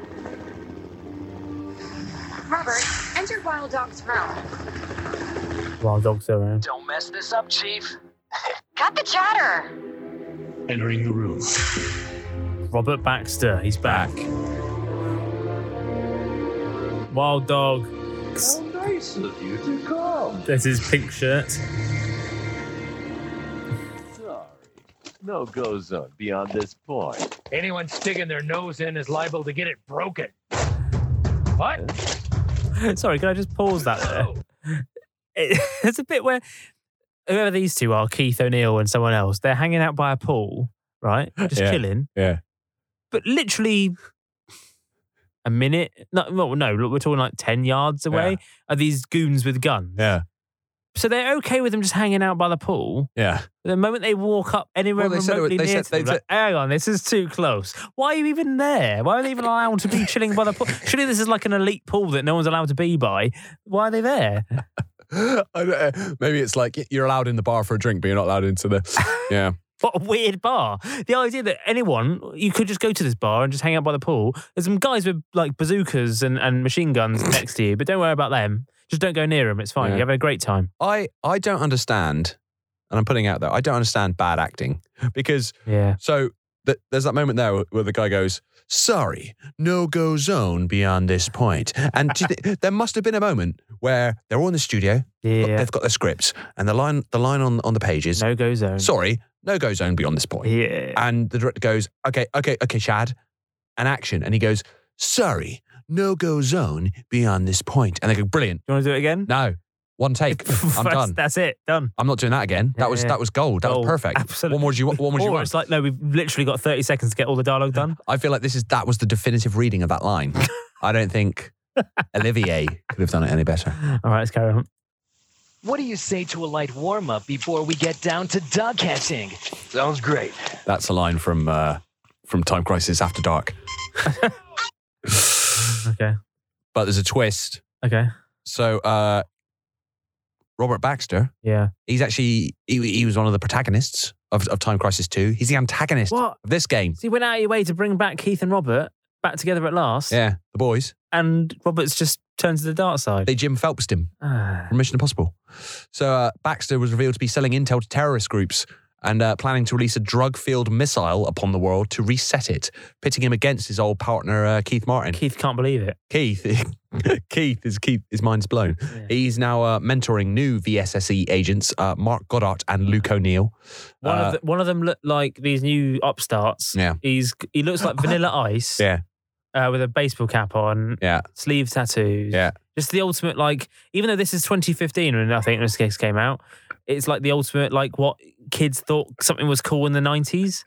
[SPEAKER 14] Robert, enter Wild Dog's room.
[SPEAKER 4] Wild dogs are around.
[SPEAKER 9] Don't mess this up, Chief.
[SPEAKER 15] Cut the chatter.
[SPEAKER 13] Entering the room.
[SPEAKER 4] Robert Baxter. He's back. Wild dog.
[SPEAKER 13] How nice of you to come.
[SPEAKER 4] There's his pink shirt.
[SPEAKER 16] No go zone beyond this point.
[SPEAKER 17] Anyone sticking their nose in is liable to get it broken. What?
[SPEAKER 4] *laughs* Sorry, can I just pause that there? It, *laughs* it's a bit where whoever these two are, Keith O'Neill and someone else, they're hanging out by a pool, right? Just
[SPEAKER 3] Yeah.
[SPEAKER 4] chilling.
[SPEAKER 3] Yeah.
[SPEAKER 4] But literally a minute, no, no, no, look, we're talking like 10 yards away, are these goons with guns.
[SPEAKER 3] Yeah.
[SPEAKER 4] So they're okay with them just hanging out by the pool.
[SPEAKER 3] Yeah.
[SPEAKER 4] But the moment they walk up anywhere
[SPEAKER 3] Well, they said it was-
[SPEAKER 4] remotely
[SPEAKER 3] they
[SPEAKER 4] near
[SPEAKER 3] said-
[SPEAKER 4] to
[SPEAKER 3] they
[SPEAKER 4] them, like,
[SPEAKER 3] said-
[SPEAKER 4] hang on, this is too close. Why are you even there? Why are they even allowed
[SPEAKER 3] *laughs*
[SPEAKER 4] to be chilling by the pool? Surely this is like an elite pool that no one's allowed to be by. Why are they there? *laughs*
[SPEAKER 3] *laughs* I don't- uh, Maybe it's like you're allowed in the bar for a drink, but you're not allowed into *laughs* the. Yeah.
[SPEAKER 4] What a weird bar. The idea that anyone, you could just go to this bar and just hang out by the pool. There's some guys with like bazookas and, and
[SPEAKER 3] *laughs*
[SPEAKER 4] machine guns next to you, but don't worry about them. Just don't go near them. It's fine.
[SPEAKER 3] Yeah.
[SPEAKER 4] You have a great time.
[SPEAKER 3] I, I don't understand, and I'm putting it out there, I don't understand bad acting because
[SPEAKER 4] Yeah.
[SPEAKER 3] so th- there's that moment there where the guy goes, Sorry, no go zone beyond this point. And do you thi- there must have been a moment where they're all in the studio,
[SPEAKER 4] Yeah.
[SPEAKER 3] they've got their scripts, and the line, the line on, on the page is,
[SPEAKER 4] No go zone.
[SPEAKER 3] Sorry, no go zone beyond this point.
[SPEAKER 4] Yeah.
[SPEAKER 3] And the director goes, Okay, okay, okay, Chad, and action. And he goes, Sorry, no go zone beyond this point. And they go, Brilliant.
[SPEAKER 4] Do you want to do it again?
[SPEAKER 3] No, one
[SPEAKER 4] *laughs*
[SPEAKER 3] take. I'm
[SPEAKER 4] That's-
[SPEAKER 3] done.
[SPEAKER 4] That's it. Done.
[SPEAKER 3] I'm not doing that again. That
[SPEAKER 4] Yeah,
[SPEAKER 3] was
[SPEAKER 4] yeah.
[SPEAKER 3] that was gold. That
[SPEAKER 4] Gold.
[SPEAKER 3] was perfect.
[SPEAKER 4] *laughs* Absolutely.
[SPEAKER 3] What more do you? What more do you
[SPEAKER 4] Or
[SPEAKER 3] want?
[SPEAKER 4] Oh, it's like, no, we've literally got 30 seconds to get all the
[SPEAKER 3] *laughs*
[SPEAKER 4] dialogue done.
[SPEAKER 3] I feel like this is that was the definitive reading of that
[SPEAKER 4] *laughs*
[SPEAKER 3] line. I don't think Olivier could have done it any better.
[SPEAKER 4] All right, let's carry on.
[SPEAKER 18] What do you say to a light warm up before we get down to dog catching?
[SPEAKER 3] Sounds great. That's a line from uh, from Time Crisis After
[SPEAKER 4] *laughs*
[SPEAKER 3] Dark.
[SPEAKER 4] Okay.
[SPEAKER 3] But there's a twist.
[SPEAKER 4] Okay.
[SPEAKER 3] So uh, Robert Baxter,
[SPEAKER 4] Yeah.
[SPEAKER 3] he's actually he, he was one of the protagonists of, of Time Crisis Two. He's the antagonist
[SPEAKER 4] What?
[SPEAKER 3] of this game.
[SPEAKER 4] So you went out of your way to bring back Keith and Robert back together at last.
[SPEAKER 3] Yeah, the boys.
[SPEAKER 4] And Robert's just turned to the dark side.
[SPEAKER 3] They Jim Phelps him. *laughs*
[SPEAKER 4] Ah.
[SPEAKER 3] from Mission Impossible. So uh, Baxter was revealed to be selling intel to terrorist groups and uh, planning to release a drug-filled missile upon the world to reset it, pitting him against his old partner uh, Keith Martin.
[SPEAKER 4] Keith can't believe it.
[SPEAKER 3] Keith, *laughs* Keith is Keith. His mind's blown. He's now uh, mentoring new VSSE agents, uh, Mark Goddard and Luke O'Neill.
[SPEAKER 4] One,
[SPEAKER 3] Uh,
[SPEAKER 4] of the, one of them looked like these new upstarts.
[SPEAKER 3] Yeah.
[SPEAKER 4] He's he looks like
[SPEAKER 3] *laughs*
[SPEAKER 4] Vanilla Ice.
[SPEAKER 3] Yeah.
[SPEAKER 4] Uh, with a baseball cap on.
[SPEAKER 3] Yeah.
[SPEAKER 4] Sleeve tattoos.
[SPEAKER 3] Yeah.
[SPEAKER 4] Just the ultimate like. Even though this is 2015 when I think this case came out, it's like the ultimate like what kids thought something was cool in the
[SPEAKER 3] *laughs*
[SPEAKER 4] 90s.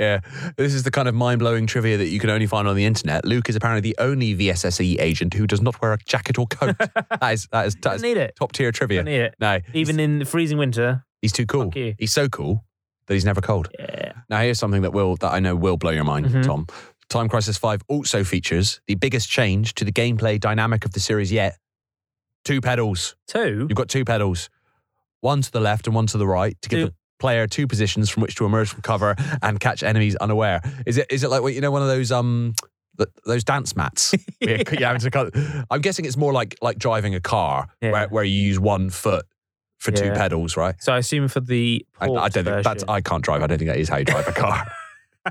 [SPEAKER 3] yeah, this is the kind of mind blowing trivia that you can only find on the internet. Luke is apparently the only VSSE E agent who does not wear a jacket or
[SPEAKER 4] *laughs*
[SPEAKER 3] coat. Oh, that is that is, that is
[SPEAKER 4] Don't need it.
[SPEAKER 3] top tier trivia.
[SPEAKER 4] Don't need it.
[SPEAKER 3] No,
[SPEAKER 4] Even in the freezing winter.
[SPEAKER 3] He's too cool.
[SPEAKER 4] Fuck you.
[SPEAKER 3] He's so cool that he's never cold.
[SPEAKER 4] Yeah.
[SPEAKER 3] Now here's something that will that I know will blow your mind,
[SPEAKER 4] Mhm.
[SPEAKER 3] Tom. Time Crisis 5 also features the biggest change to the gameplay dynamic of the series yet. Two pedals.
[SPEAKER 4] Two.
[SPEAKER 3] You've got two pedals. One to the left and one to the right to give
[SPEAKER 4] Two.
[SPEAKER 3] the player two positions from which to emerge from cover and catch enemies unaware. Is it is it like what you know one of those um th- those dance
[SPEAKER 4] *laughs*
[SPEAKER 3] mats? yeah. *laughs* yeah, it's a kind of- I'm guessing it's more like like driving a car where, where you use one foot for two
[SPEAKER 4] Yeah.
[SPEAKER 3] pedals, right?
[SPEAKER 4] So I assume for the
[SPEAKER 3] I,
[SPEAKER 4] port
[SPEAKER 3] I don't think that's.
[SPEAKER 4] version-
[SPEAKER 3] I can't drive. I don't think that is how you drive a
[SPEAKER 4] *laughs*
[SPEAKER 3] car.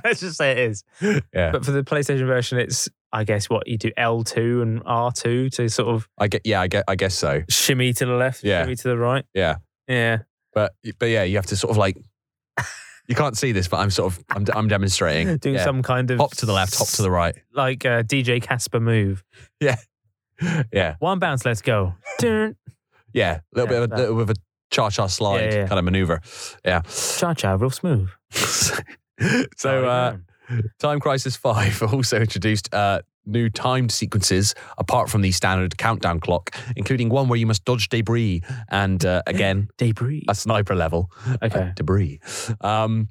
[SPEAKER 4] Let's just say it is.
[SPEAKER 3] yeah,
[SPEAKER 4] But for the PlayStation version, it's I guess what you do L two and R two to sort of
[SPEAKER 3] I get. Yeah, I get. I guess so.
[SPEAKER 4] shimmy to the left,
[SPEAKER 3] Yeah.
[SPEAKER 4] shimmy to the right.
[SPEAKER 3] Yeah,
[SPEAKER 4] Yeah.
[SPEAKER 3] but but yeah, you have to sort of like. You can't see this, but I'm sort of. I'm, I'm demonstrating.
[SPEAKER 4] *laughs* Doing
[SPEAKER 3] yeah.
[SPEAKER 4] some kind of
[SPEAKER 3] hop to the left, hop to the right.
[SPEAKER 4] like uh, DJ Casper move.
[SPEAKER 3] Yeah. Yeah,
[SPEAKER 4] One bounce,
[SPEAKER 3] *laughs*
[SPEAKER 4] let's go. Dun.
[SPEAKER 3] yeah. A little
[SPEAKER 4] Yeah,
[SPEAKER 3] bit of a
[SPEAKER 4] that.
[SPEAKER 3] little bit of a cha-cha slide
[SPEAKER 4] Yeah, yeah, yeah.
[SPEAKER 3] kind of maneuver. *laughs* Yeah.
[SPEAKER 4] Cha cha, real smooth.
[SPEAKER 3] so uh, Time Crisis 5 *laughs* also introduced uh, new timed sequences apart from the standard countdown clock, including one where you must dodge debris and,
[SPEAKER 4] *laughs*
[SPEAKER 3] uh, again,
[SPEAKER 4] debris,
[SPEAKER 3] a sniper level.
[SPEAKER 4] Okay.
[SPEAKER 3] Uh, debris. Um,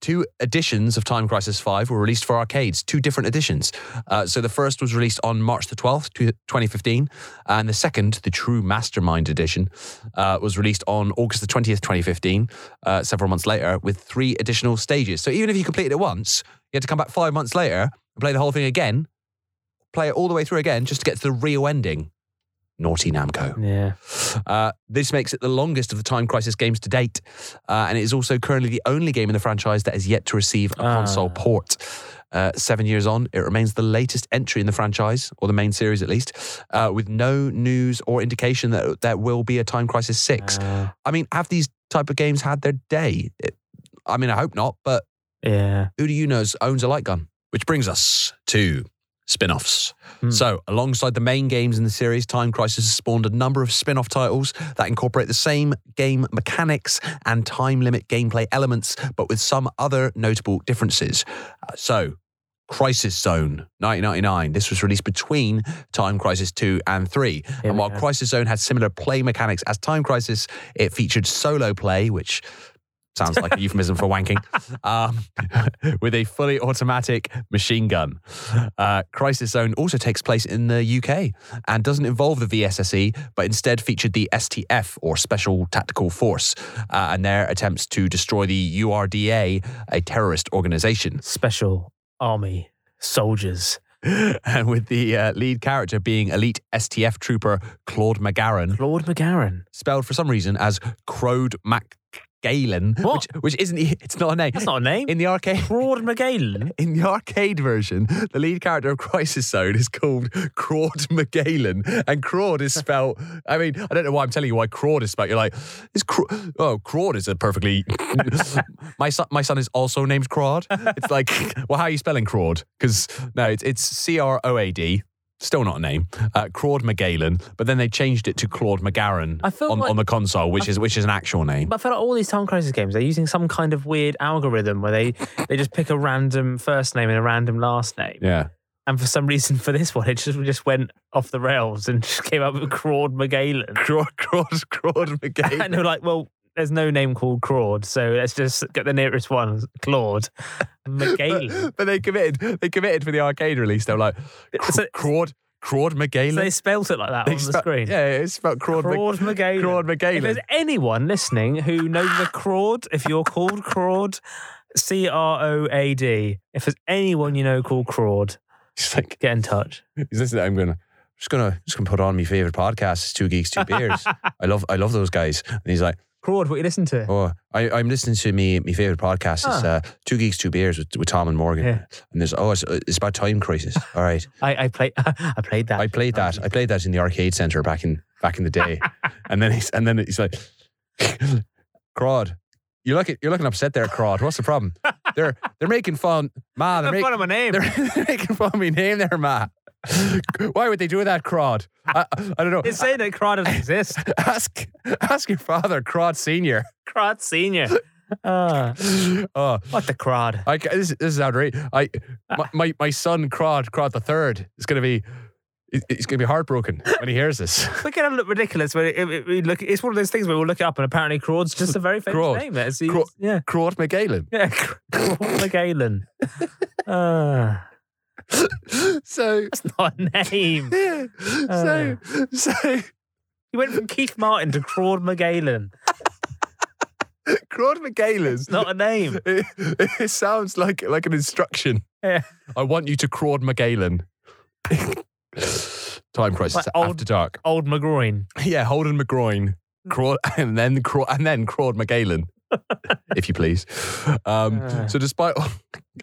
[SPEAKER 3] two editions of Time Crisis 5 were released for arcades, two different editions. Uh, so the first was released on March the 12th, two- 2015, and the second, the True Mastermind edition, uh, was released on August the 20th, 2015, uh, several months later, with three additional stages. So even if you completed it once, you had to come back five months later and play the whole thing again, play it all the way through again just to get to the real ending. Naughty Namco.
[SPEAKER 4] Yeah.
[SPEAKER 3] Uh, this makes it the longest of the Time Crisis games to date, uh, and it is also currently the only game in the franchise that has yet to receive a
[SPEAKER 4] Ah.
[SPEAKER 3] console port. Uh, seven years on, it remains the latest entry in the franchise, or the main series at least, uh, with no news or indication that there will be a Time Crisis 6.
[SPEAKER 4] Uh,
[SPEAKER 3] I mean, have these type of games had their day? It- I mean, I hope not, but
[SPEAKER 4] yeah.
[SPEAKER 3] who do you know owns a light gun? Which brings us to spin offs.
[SPEAKER 4] Hmm.
[SPEAKER 3] So, alongside the main games in the series, Time Crisis has spawned a number of spin off titles that incorporate the same game mechanics and time limit gameplay elements, but with some other notable differences. Uh, so, Crisis Zone 1999. This was released between Time Crisis 2 and 3. and
[SPEAKER 4] we
[SPEAKER 3] while
[SPEAKER 4] go.
[SPEAKER 3] Crisis Zone had similar play mechanics as Time Crisis, it featured solo play, which sounds like a euphemism for wanking, um, *laughs* with a fully automatic machine gun. Uh, Crisis Zone also takes place in the UK and doesn't involve the VSSE, E, but instead featured the STF, or Special Tactical Force, uh, and their attempts to destroy the URDA, a terrorist organization. *laughs*
[SPEAKER 4] Special army soldiers.
[SPEAKER 3] and with the uh, lead character being elite STF trooper Claude McGarren,
[SPEAKER 4] Lord McGarren.
[SPEAKER 3] spelled for some reason as Crode MacGalen,
[SPEAKER 4] What?
[SPEAKER 3] which which isn't e, it's not a name.
[SPEAKER 4] That's not a name.
[SPEAKER 3] In the arcade
[SPEAKER 4] Claude McGalen.
[SPEAKER 3] in the arcade version, the lead character of Crisis Zone is called Craud McGalen, and Craud is spelt. I mean, I don't know why I'm telling you why Craud is spelt. You're like, is Cra- oh, Craud is a perfectly. *laughs* my son, my son is also named Craud. It's like, *laughs* well, how are you spelling Craud? Because no, it's it's C R O A D. Still not a name, uh, Claude McGalen, but then they changed it to Claude McGarren
[SPEAKER 4] I feel
[SPEAKER 3] on,
[SPEAKER 4] like-
[SPEAKER 3] on the console, which is which is an actual
[SPEAKER 4] *laughs*
[SPEAKER 3] name.
[SPEAKER 4] But I feel like all these Time Crisis games, they're using some kind of weird algorithm where they, they just pick a random first name and a random last name.
[SPEAKER 3] Yeah, *laughs*
[SPEAKER 4] And for some reason, for this one, it just we just went off the rails and just came up with Craud McGalen.
[SPEAKER 3] Craud,
[SPEAKER 4] *laughs*
[SPEAKER 3] Craud, Craud McGalen.
[SPEAKER 4] and they were like, well, there's no name called Craud, so let's just get the nearest one,
[SPEAKER 3] *laughs*
[SPEAKER 4] Claude McGalen.
[SPEAKER 3] but, but they committed. They committed for the arcade release. They were like,
[SPEAKER 4] So-
[SPEAKER 3] Craud, Craud
[SPEAKER 4] So they
[SPEAKER 3] McGalen.
[SPEAKER 4] spelt it like that on the
[SPEAKER 3] spe-
[SPEAKER 4] screen.
[SPEAKER 3] Yeah, it's about Craud, Mc-
[SPEAKER 4] Craud McGalen.
[SPEAKER 3] Craud
[SPEAKER 4] If
[SPEAKER 3] McGalen.
[SPEAKER 4] there's anyone listening who knows the Craud, if you're called Craud, C R O A D. If there's anyone you know called Craud,
[SPEAKER 3] It's like,
[SPEAKER 4] get in touch.
[SPEAKER 3] is this? I'm gonna. Just gonna just gonna put on my favorite podcast. It's two geeks, two
[SPEAKER 4] *laughs*
[SPEAKER 3] beers. I love I love those guys. And he's like,
[SPEAKER 4] Craud, what you listen to?
[SPEAKER 3] oh, I, I'm listening to me my favorite podcast. It's
[SPEAKER 4] Ah.
[SPEAKER 3] uh, two geeks, two beers with, with Tom and Morgan.
[SPEAKER 4] Yeah.
[SPEAKER 3] And there's oh, it's, it's about time crisis. All right,
[SPEAKER 4] I, I play *laughs* I played that.
[SPEAKER 3] I played that. I played that in the arcade center back in back in the *laughs* day. and then he's and then he's like, *laughs* Crod, you're looking you're looking upset there, Crod. What's the problem? They're they're making fun, ma. They're,
[SPEAKER 4] I've
[SPEAKER 3] make,
[SPEAKER 4] got my name. *laughs*
[SPEAKER 3] they're, *laughs* they're making fun of my name there, ma. *laughs* Why would they do that, Crod? I, I don't know.
[SPEAKER 4] It's saying that Craud doesn't *laughs* exist.
[SPEAKER 3] *laughs* ask ask your father, Crod Senior. *laughs*
[SPEAKER 4] Craud Senior. Ah,
[SPEAKER 3] Oh,
[SPEAKER 4] what the Craud?
[SPEAKER 3] I, ca- this, this is outrageous. I my, my, my son Crod Crod the third is gonna be. he- He's gonna be heartbroken when he hears this. *laughs*
[SPEAKER 4] We're gonna look ridiculous when it, it- we look. It's one of those things where we'll look it up and apparently Craud's just a very famous
[SPEAKER 3] Craud.
[SPEAKER 4] name. It's,
[SPEAKER 3] Craud.
[SPEAKER 4] Yeah,
[SPEAKER 3] Crod McGalen.
[SPEAKER 4] yeah, *laughs* Craud *laughs* McGalen. Ah.
[SPEAKER 3] So
[SPEAKER 4] not a name.
[SPEAKER 3] Yeah. *laughs*
[SPEAKER 4] Oh,
[SPEAKER 3] So, *laughs* so
[SPEAKER 4] You went from Keith Martin to Claude McGalen.
[SPEAKER 3] Claude McGalen's.
[SPEAKER 4] It's not a name.
[SPEAKER 3] It, it sounds like like an instruction.
[SPEAKER 4] Yeah.
[SPEAKER 3] I want you to Claude McGalen. Time crisis
[SPEAKER 4] Like old-
[SPEAKER 3] after dark.
[SPEAKER 4] Old McGroin.
[SPEAKER 3] Yeah, Holden McGroin, Craw- *laughs* and then Craw- and then Craud
[SPEAKER 4] *laughs*
[SPEAKER 3] McGalen, if you please. Um,
[SPEAKER 4] Ah.
[SPEAKER 3] so, despite all,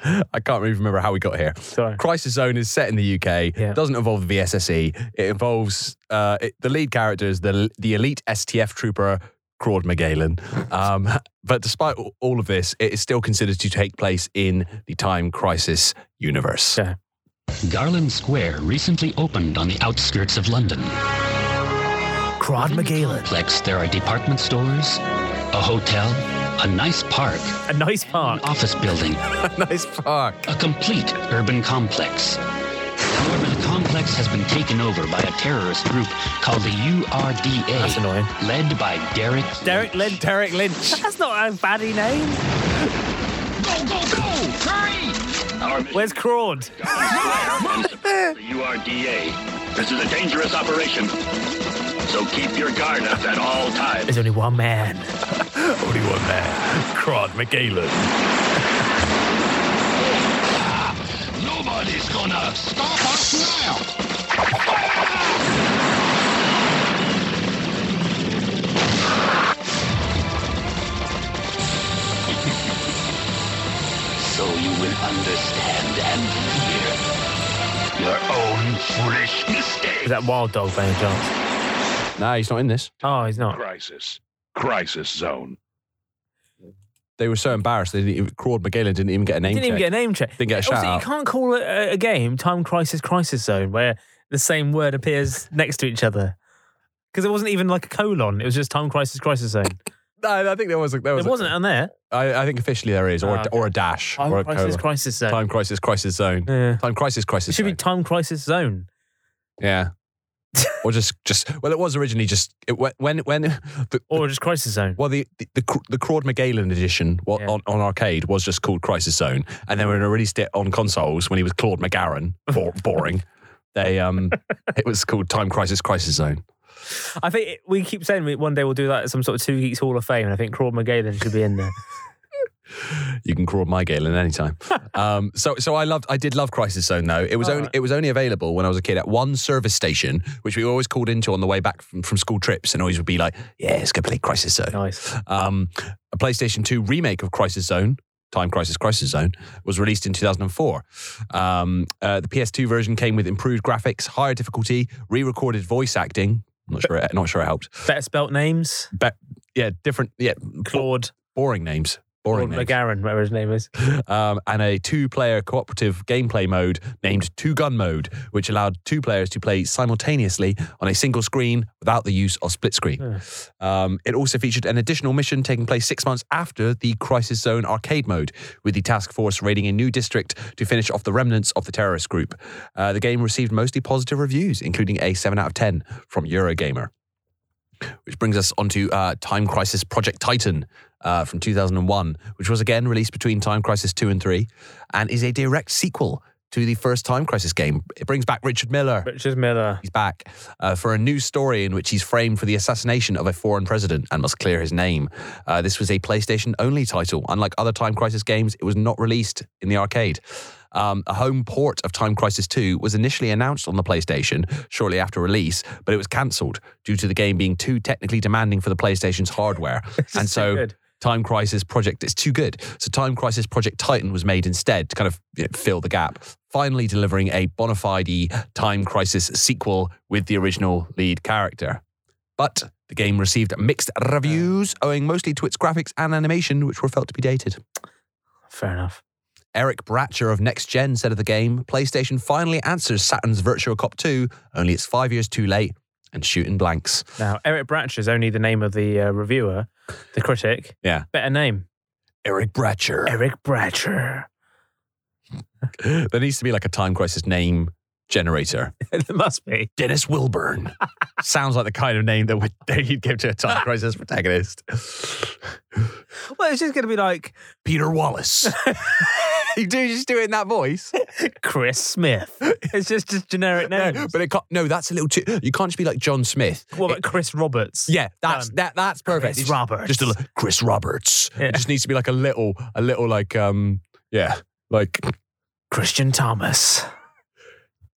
[SPEAKER 3] *laughs* I can't really remember how we got here.
[SPEAKER 4] Sorry.
[SPEAKER 3] Crisis Zone is set in the UK.
[SPEAKER 4] Yeah.
[SPEAKER 3] Doesn't involve the VSSE. E. It involves uh, it, the lead character is the the elite STF trooper Craud
[SPEAKER 4] *laughs*
[SPEAKER 3] McGalen. Um, but despite a- all of this, it is still considered to take place in the Time Crisis universe.
[SPEAKER 4] Yeah.
[SPEAKER 19] Garland Square recently opened on the outskirts of London.
[SPEAKER 4] Claude
[SPEAKER 19] In the
[SPEAKER 4] McGalen.
[SPEAKER 19] complex, there are department stores, a hotel, a nice park,
[SPEAKER 4] A nice park.
[SPEAKER 19] office building,
[SPEAKER 3] *laughs* nice park.
[SPEAKER 19] a complete urban complex. However, the complex has been taken over by a terrorist group called the URDA.
[SPEAKER 4] That's annoying.
[SPEAKER 19] Led by Derek.
[SPEAKER 4] Derek Lynch.
[SPEAKER 3] Derek Lynch.
[SPEAKER 4] *laughs* That's not a baddie name.
[SPEAKER 8] Go, go, go! Hurry!
[SPEAKER 9] Our mission
[SPEAKER 4] Where's
[SPEAKER 9] *laughs*
[SPEAKER 4] Claude?
[SPEAKER 9] the URDA. This is a dangerous operation. So keep your guard up at all times.
[SPEAKER 4] There's only one man. *laughs*
[SPEAKER 3] Only one man, Craud McGalen.
[SPEAKER 8] Nobody's gonna stop us now!
[SPEAKER 9] So you will understand and fear your own foolish
[SPEAKER 4] Is
[SPEAKER 9] mistake.
[SPEAKER 4] that Wild Dog by any chance?
[SPEAKER 3] No, he's not in this.
[SPEAKER 4] Oh, he's not.
[SPEAKER 12] Crisis. Crisis Zone.
[SPEAKER 3] They were so embarrassed. They didn't even, Claude McGalen didn't even get a name
[SPEAKER 4] Didn't
[SPEAKER 3] check.
[SPEAKER 4] even get a name check.
[SPEAKER 3] Didn't get a
[SPEAKER 4] Also,
[SPEAKER 3] shout out.
[SPEAKER 4] You can't call a, a game Time Crisis Crisis Zone where the same word appears next to each other. Because it wasn't even like a colon. It was just Time Crisis Crisis Zone.
[SPEAKER 3] No, I think there was. A, there was.
[SPEAKER 4] It
[SPEAKER 3] a-
[SPEAKER 4] wasn't on there.
[SPEAKER 3] I, I think officially there is, or,
[SPEAKER 4] Ah, okay.
[SPEAKER 3] or a dash,
[SPEAKER 4] Time
[SPEAKER 3] or a
[SPEAKER 4] Crisis
[SPEAKER 3] colon.
[SPEAKER 4] Crisis Zone.
[SPEAKER 3] Time crisis, crisis zone. Time crisis, crisis.
[SPEAKER 4] It should be Time Crisis Zone.
[SPEAKER 3] Yeah. or just, just well, it was originally just it, when- when when the,
[SPEAKER 4] or just Crisis Zone.
[SPEAKER 3] Well, the the the, Cr- the Claude McGalen edition wa- on, on arcade was just called Crisis Zone, and then when it released it on consoles when he was Claude McGarren, bo- boring. They um, it was called Time Crisis, Crisis Zone.
[SPEAKER 4] I think it- we keep saying we, one day we'll do that as some sort of Two Geeks Hall of Fame, and I think Claude McGalen should be
[SPEAKER 3] *laughs*
[SPEAKER 4] in there.
[SPEAKER 3] You can crawl my Galen anytime. um, so so I loved I did love Crisis Zone though. It was only it was only available when I was a kid at one service station, which we always called into on the way back from, from school trips, and always would be like, "Yeah, it's gonna play Crisis Zone."
[SPEAKER 4] Nice.
[SPEAKER 3] Um, a PlayStation Two remake of Crisis Zone. Time Crisis Crisis Zone was released in 2004. Um, uh, the PS2 version came with improved graphics, higher difficulty, re-recorded voice acting. I'm not sure. It, not sure it helped.
[SPEAKER 4] Better spelt names.
[SPEAKER 3] But yeah, different. Yeah,
[SPEAKER 4] Claude.
[SPEAKER 3] Boring names. Boring
[SPEAKER 4] Claude
[SPEAKER 3] names
[SPEAKER 4] McGarren, whatever his name is.
[SPEAKER 3] um, and a two player cooperative gameplay mode named Two Gun Mode, which allowed two players to play simultaneously on a single screen without the use of split screen. Um, it also featured an additional mission taking place six months after the Crisis Zone arcade mode, with the task force raiding a new district to finish off the remnants of the terrorist group. Uh, the game received mostly positive reviews, including a 7 out of 10 from Eurogamer. Which brings us onto uh, Time Crisis Project Titan uh, from 2001, which was again released between Time Crisis 2 and 3 and is a direct sequel to the first Time Crisis game. It brings back Richard Miller.
[SPEAKER 4] Richard Miller.
[SPEAKER 3] He's back uh, for a new story in which he's framed for the assassination of a foreign president and must clear his name. Uh, this was a PlayStation only title. Unlike other Time Crisis games, it was not released in the arcade. Um, a home port of Time Crisis 2 was initially announced on the PlayStation shortly after release, but it was cancelled due to the game being too technically demanding for the PlayStation's hardware. and so Time Crisis Project is too good. So Time Crisis Project Titan was made instead to kind of you know, fill the gap, finally delivering a bona fide Time Crisis sequel with the original lead character. But the game received mixed reviews, owing mostly to its graphics and animation, which were felt to be dated.
[SPEAKER 4] Fair enough.
[SPEAKER 3] Eric Bratcher of Next Gen said of the game, PlayStation finally answers Saturn's Virtual Cop 2, only it's five years too late and shooting blanks.
[SPEAKER 4] Now, Eric Bratcher is only the name of the uh, reviewer, the critic.
[SPEAKER 3] Yeah.
[SPEAKER 4] Better name.
[SPEAKER 3] Eric Bratcher.
[SPEAKER 4] Eric Bratcher.
[SPEAKER 3] *laughs* there needs to be like a time crisis name generator.
[SPEAKER 4] there must be.
[SPEAKER 3] Dennis Wilburn. Sounds like the kind of name that would that you'd give to a *laughs* time crisis protagonist.
[SPEAKER 4] Well, it's just going to be like
[SPEAKER 3] Peter Wallace. *laughs* you do just do it in that voice.
[SPEAKER 4] Chris
[SPEAKER 3] *laughs*
[SPEAKER 4] Smith. It's just just generic names.
[SPEAKER 3] but it can't, no, that's a little too. You can't just be like John Smith.
[SPEAKER 4] What about Chris Roberts?
[SPEAKER 3] Yeah, that's that. That's perfect.
[SPEAKER 4] Chris
[SPEAKER 3] It's
[SPEAKER 4] Roberts.
[SPEAKER 3] Just a li- Chris Roberts. It just needs to be like a little, a little like um, yeah, like
[SPEAKER 4] Christian Thomas.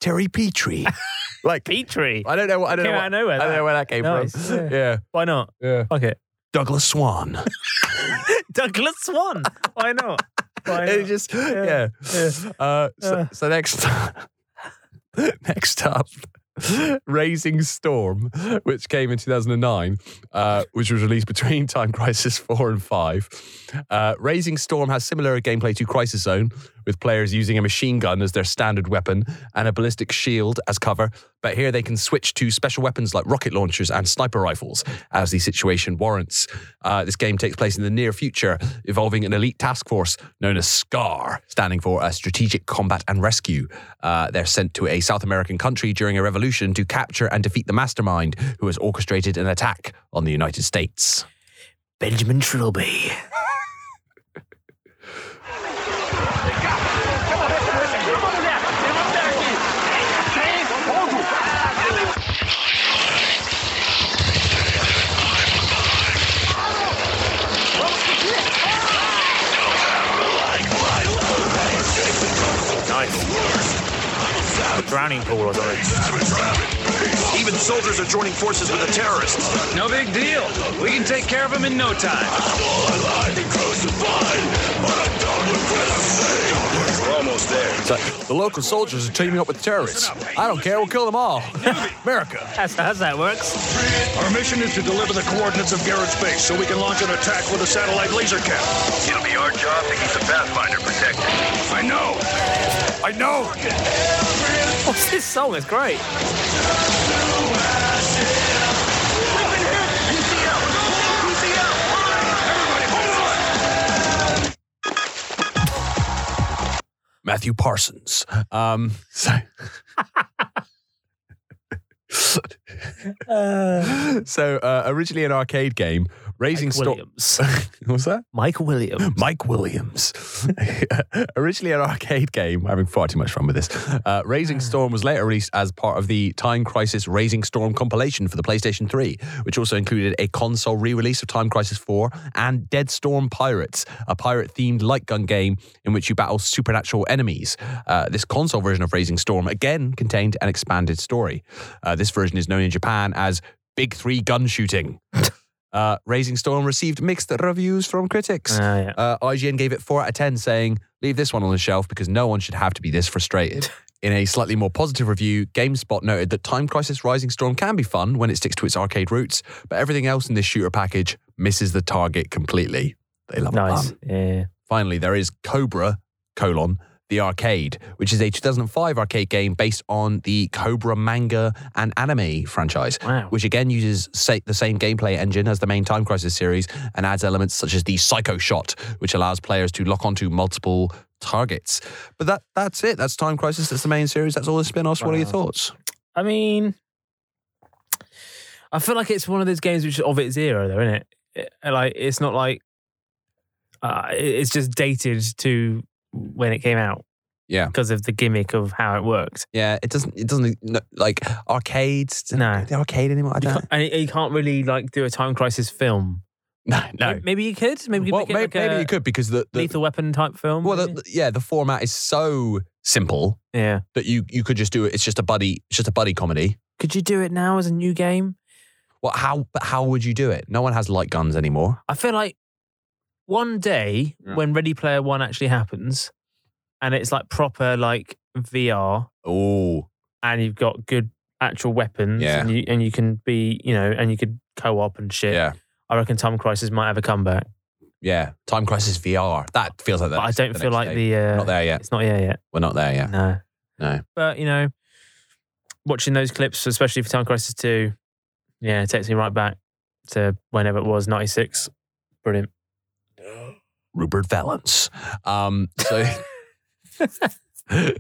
[SPEAKER 3] Terry Petrie. *laughs* like
[SPEAKER 4] Petrie.
[SPEAKER 3] I don't know. what- I don't
[SPEAKER 4] Came
[SPEAKER 3] know.
[SPEAKER 4] out
[SPEAKER 3] what-
[SPEAKER 4] of nowhere,
[SPEAKER 3] I don't
[SPEAKER 4] that.
[SPEAKER 3] know where that came
[SPEAKER 4] Nice,
[SPEAKER 3] from.
[SPEAKER 4] yeah.
[SPEAKER 3] Yeah.
[SPEAKER 4] Why not?
[SPEAKER 3] Yeah.
[SPEAKER 4] Fuck it.
[SPEAKER 3] Douglas Swan.
[SPEAKER 4] *laughs* Douglas Swan. Why not?
[SPEAKER 3] *laughs*
[SPEAKER 4] Why
[SPEAKER 3] It
[SPEAKER 4] not?
[SPEAKER 3] just *gasps* yeah. Uh, so,
[SPEAKER 4] Yeah.
[SPEAKER 3] so next, *laughs* next up, *laughs* Raising Storm, which came in 2009, uh, which was released between *laughs* Time Crisis Four and Five. Uh, Raising Storm has similar gameplay to Crisis Zone, with players using a machine gun as their standard weapon and a ballistic shield as cover. But here they can switch to special weapons like rocket launchers and sniper rifles as the situation warrants. Uh, this game takes place in the near future, involving an elite task force known as SCAR, standing for uh, Strategic Combat and Rescue. Uh, they're sent to a South American country during a revolution to capture and defeat the mastermind who has orchestrated an attack on the United States.
[SPEAKER 4] Benjamin Trilby. Nice. Drowning pool or something.
[SPEAKER 20] Even soldiers are joining forces with the terrorists. No big deal. We can take care of them in no time.
[SPEAKER 8] We're almost there.
[SPEAKER 3] It's like, the local soldiers are teaming up with terrorists. I don't care. We'll kill them all. America.
[SPEAKER 4] That's, that's that works. *laughs*
[SPEAKER 20] Our mission is to deliver the coordinates of Garrett's base so we can launch an attack with a satellite laser cap.
[SPEAKER 8] It'll be our job to keep the Pathfinder protected. I know. I know.
[SPEAKER 4] What's Oh, this song? It's great.
[SPEAKER 3] Matthew Parsons. Um, so,
[SPEAKER 4] *laughs*
[SPEAKER 3] *laughs* so uh, originally an arcade game, raising
[SPEAKER 4] Mike
[SPEAKER 3] storm.
[SPEAKER 4] Williams.
[SPEAKER 3] *laughs* What's that?
[SPEAKER 4] Mike Williams.
[SPEAKER 3] Mike Williams. *laughs* Originally an arcade game, we're having far too much fun with this. Uh, Raising Storm was later released as part of the Time Crisis Raising Storm compilation for the PlayStation 3, which also included a console re release of Time Crisis 4 and Dead Storm Pirates, a pirate themed light gun game in which you battle supernatural enemies. Uh, this console version of Raising Storm again contained an expanded story. Uh, this version is known in Japan as Big Three Gun Shooting. Uh, Raising Storm received mixed reviews from critics.
[SPEAKER 4] *laughs* Ah,
[SPEAKER 3] Uh, IGN gave it 4 out of 10, saying, Leave this one on the shelf because no one should have to be this frustrated. In a slightly more positive review, GameSpot noted that Time Crisis Rising Storm can be fun when it sticks to its arcade roots, but everything else in this shooter package misses the target completely. They love a pun.
[SPEAKER 4] Nice. Yeah.
[SPEAKER 3] Finally, there is Cobra colon the arcade, which is a 2005 arcade game based on the Cobra manga and anime franchise,
[SPEAKER 4] Wow.
[SPEAKER 3] which again uses sa- the same gameplay engine as the main Time Crisis series and adds elements such as the Psycho Shot, which allows players to lock onto multiple targets. But that that's it. That's Time Crisis. That's the main series. That's all the spin-offs. What are your
[SPEAKER 4] Wow.
[SPEAKER 3] thoughts?
[SPEAKER 4] I mean, I feel like it's one of those games which is of its era, though, isn't it? It- Like, it's not like uh, it- it's just dated to when it came out.
[SPEAKER 3] Yeah.
[SPEAKER 4] because of the gimmick of how it worked.
[SPEAKER 3] Yeah, it doesn't. It doesn't no, like arcades.
[SPEAKER 4] No,
[SPEAKER 3] the arcade anymore. I
[SPEAKER 4] you
[SPEAKER 3] don't.
[SPEAKER 4] can't, and you can't really like do a time crisis film.
[SPEAKER 3] No, *laughs* no.
[SPEAKER 4] Maybe you could. Maybe you could
[SPEAKER 3] Well,
[SPEAKER 4] make it
[SPEAKER 3] may-
[SPEAKER 4] like
[SPEAKER 3] maybe
[SPEAKER 4] a
[SPEAKER 3] you could because the, the
[SPEAKER 4] lethal weapon type film.
[SPEAKER 3] well, the,
[SPEAKER 4] maybe?
[SPEAKER 3] the- yeah, the format is so simple
[SPEAKER 4] yeah.
[SPEAKER 3] that you you could just do it. It's just a buddy. It's just a buddy comedy.
[SPEAKER 4] Could you do it now as a new game?
[SPEAKER 3] Well, how but how would you do it? No one has light guns anymore.
[SPEAKER 4] I feel like one day
[SPEAKER 3] Yeah.
[SPEAKER 4] when Ready Player One actually happens, and it's like proper like VR,
[SPEAKER 3] Oh,
[SPEAKER 4] and you've got good actual weapons,
[SPEAKER 3] Yeah.
[SPEAKER 4] and you and you can be you know, and you could co-op and shit.
[SPEAKER 3] yeah,
[SPEAKER 4] I reckon Time Crisis might have a comeback,
[SPEAKER 3] yeah. Time Crisis VR. That feels like that.
[SPEAKER 4] but I don't feel like the
[SPEAKER 3] We're
[SPEAKER 4] uh,
[SPEAKER 3] not there yet.
[SPEAKER 4] it's not here yet.
[SPEAKER 3] We're not there yet.
[SPEAKER 4] No,
[SPEAKER 3] No.
[SPEAKER 4] but you know, watching those clips, especially for Time Crisis Two, yeah, it takes me right back to whenever it was, ninety six. Brilliant.
[SPEAKER 3] Rupert Valance. Um, so *laughs*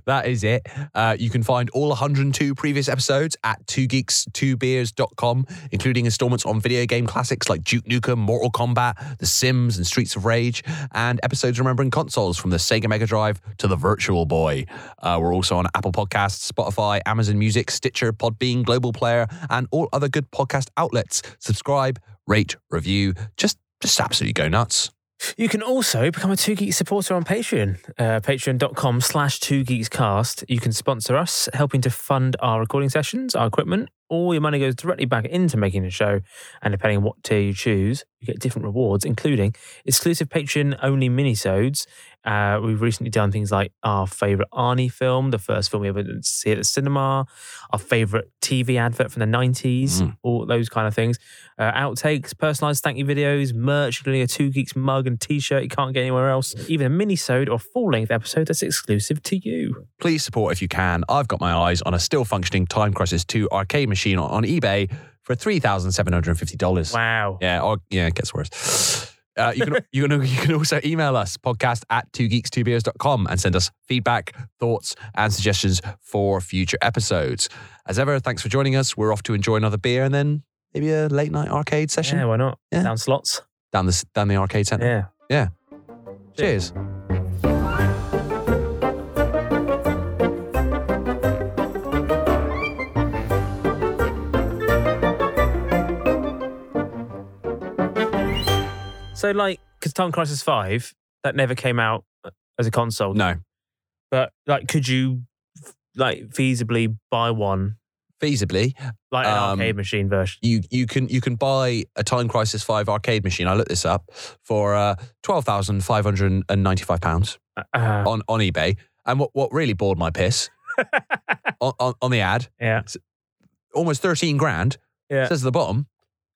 [SPEAKER 3] that is it. Uh, you can find all 102 previous episodes at 2geeks2beers.com, including installments on video game classics like Duke Nukem, Mortal Kombat, The Sims, and Streets of Rage, and episodes remembering consoles from the Sega Mega Drive to the Virtual Boy. Uh, we're also on Apple Podcasts, Spotify, Amazon Music, Stitcher, Podbean, Global Player, and all other good podcast outlets. Subscribe, rate, review. Just, just absolutely go nuts.
[SPEAKER 4] You can also become a Two Geeks supporter on Patreon, uh, patreon.com slash Two Geeks Cast. You can sponsor us, helping to fund our recording sessions, our equipment. All your money goes directly back into making the show. And depending on what tier you choose, you get different rewards, including exclusive Patreon only minisodes. Uh, we've recently done things like our favourite Arnie film, the first film we ever did see at the cinema, our favourite TV advert from the 90s,
[SPEAKER 3] Mm.
[SPEAKER 4] all those kind of things. Uh, outtakes, personalised thank you videos, merch, including a Two Geeks mug and t-shirt you can't get anywhere else, even a mini-sode or full-length episode that's exclusive to you.
[SPEAKER 3] Please support if you can. I've got my eyes on a still functioning Time Crisis 2 arcade machine on, on eBay for $3,750.
[SPEAKER 4] Wow.
[SPEAKER 3] Yeah, or, yeah, it gets worse. Uh, you, can, you, can, you can also email us, podcast at 2geeks2beers.com, and send us feedback, thoughts, and suggestions for future episodes. As ever, thanks for joining us. We're off to enjoy another beer and then maybe a late night arcade session
[SPEAKER 4] Yeah, why not?
[SPEAKER 3] Yeah.
[SPEAKER 4] Down slots.
[SPEAKER 3] down, the, down the arcade centre.
[SPEAKER 4] Yeah.
[SPEAKER 3] Cheers.
[SPEAKER 4] So like, because Time Crisis 5, that never came out uh, as a console.
[SPEAKER 3] No,
[SPEAKER 4] But like, could you like feasibly buy one,
[SPEAKER 3] feasibly.
[SPEAKER 4] like an
[SPEAKER 3] Um,
[SPEAKER 4] arcade machine version?
[SPEAKER 3] you you can you can buy a Time Crisis Five arcade machine. I looked this up for uh, twelve thousand five hundred and ninety five pounds
[SPEAKER 4] Uh,
[SPEAKER 3] on on eBay, And what, what really bored my
[SPEAKER 4] *laughs*
[SPEAKER 3] piss on, on, on the ad,
[SPEAKER 4] yeah, *laughs*
[SPEAKER 3] almost 13 grand,
[SPEAKER 4] Yeah.
[SPEAKER 3] says at the bottom,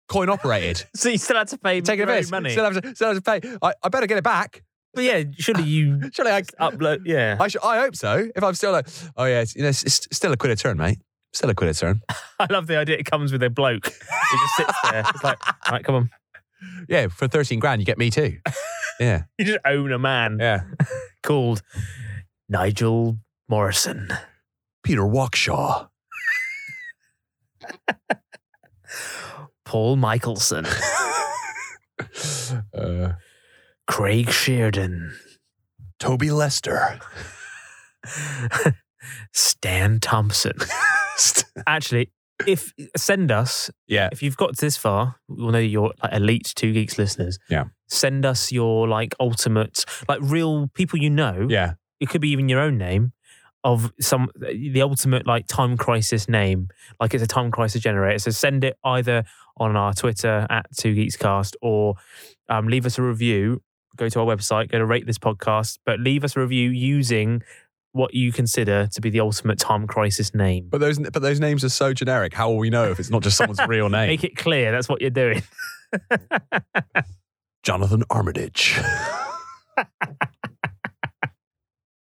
[SPEAKER 3] coin operated.
[SPEAKER 4] so *laughs* you still had to pay
[SPEAKER 3] Taking a
[SPEAKER 4] your own
[SPEAKER 3] piss.
[SPEAKER 4] money.
[SPEAKER 3] Still have to, still have to pay. I, I better get it back.
[SPEAKER 4] but yeah, surely you
[SPEAKER 3] *laughs* Surely I,
[SPEAKER 4] upload. Yeah,
[SPEAKER 3] I, should, I hope so. If I'm still like, oh yeah, it's, you know, it's, it's still a quid a turn, mate. Still a quid a
[SPEAKER 4] *laughs*
[SPEAKER 3] turn.
[SPEAKER 4] I love the idea. It comes with a bloke. It just sits there. It's like, all right, come on. *laughs*
[SPEAKER 3] Yeah, for 13 grand, you get me too. Yeah.
[SPEAKER 4] You just own a man.
[SPEAKER 3] Yeah.
[SPEAKER 4] called Nigel Morrison.
[SPEAKER 3] Peter Walkshaw. *laughs*
[SPEAKER 4] Paul Michelson.
[SPEAKER 3] Uh,
[SPEAKER 4] Craig Sheardon.
[SPEAKER 3] *laughs* Toby Lester. *laughs*
[SPEAKER 4] Stan Thompson. Actually, if send us,
[SPEAKER 3] Yeah.
[SPEAKER 4] if you've got this far, we'll know you're like elite two geeks listeners.
[SPEAKER 3] Yeah.
[SPEAKER 4] Send us your like ultimate, like real people you know.
[SPEAKER 3] Yeah.
[SPEAKER 4] It could be even your own name of some the ultimate like time crisis name. Like it's a time crisis generator. So send it either on our Twitter at Two Geeks Cast or um, leave us a review. Go to our website. Go to rate this podcast, but leave us a review using what you consider to be the ultimate time crisis name.
[SPEAKER 3] But those but those names are so generic. How will we know if it's not just someone's real name?
[SPEAKER 4] Make it clear that's what you're doing.
[SPEAKER 3] Jonathan Armitage.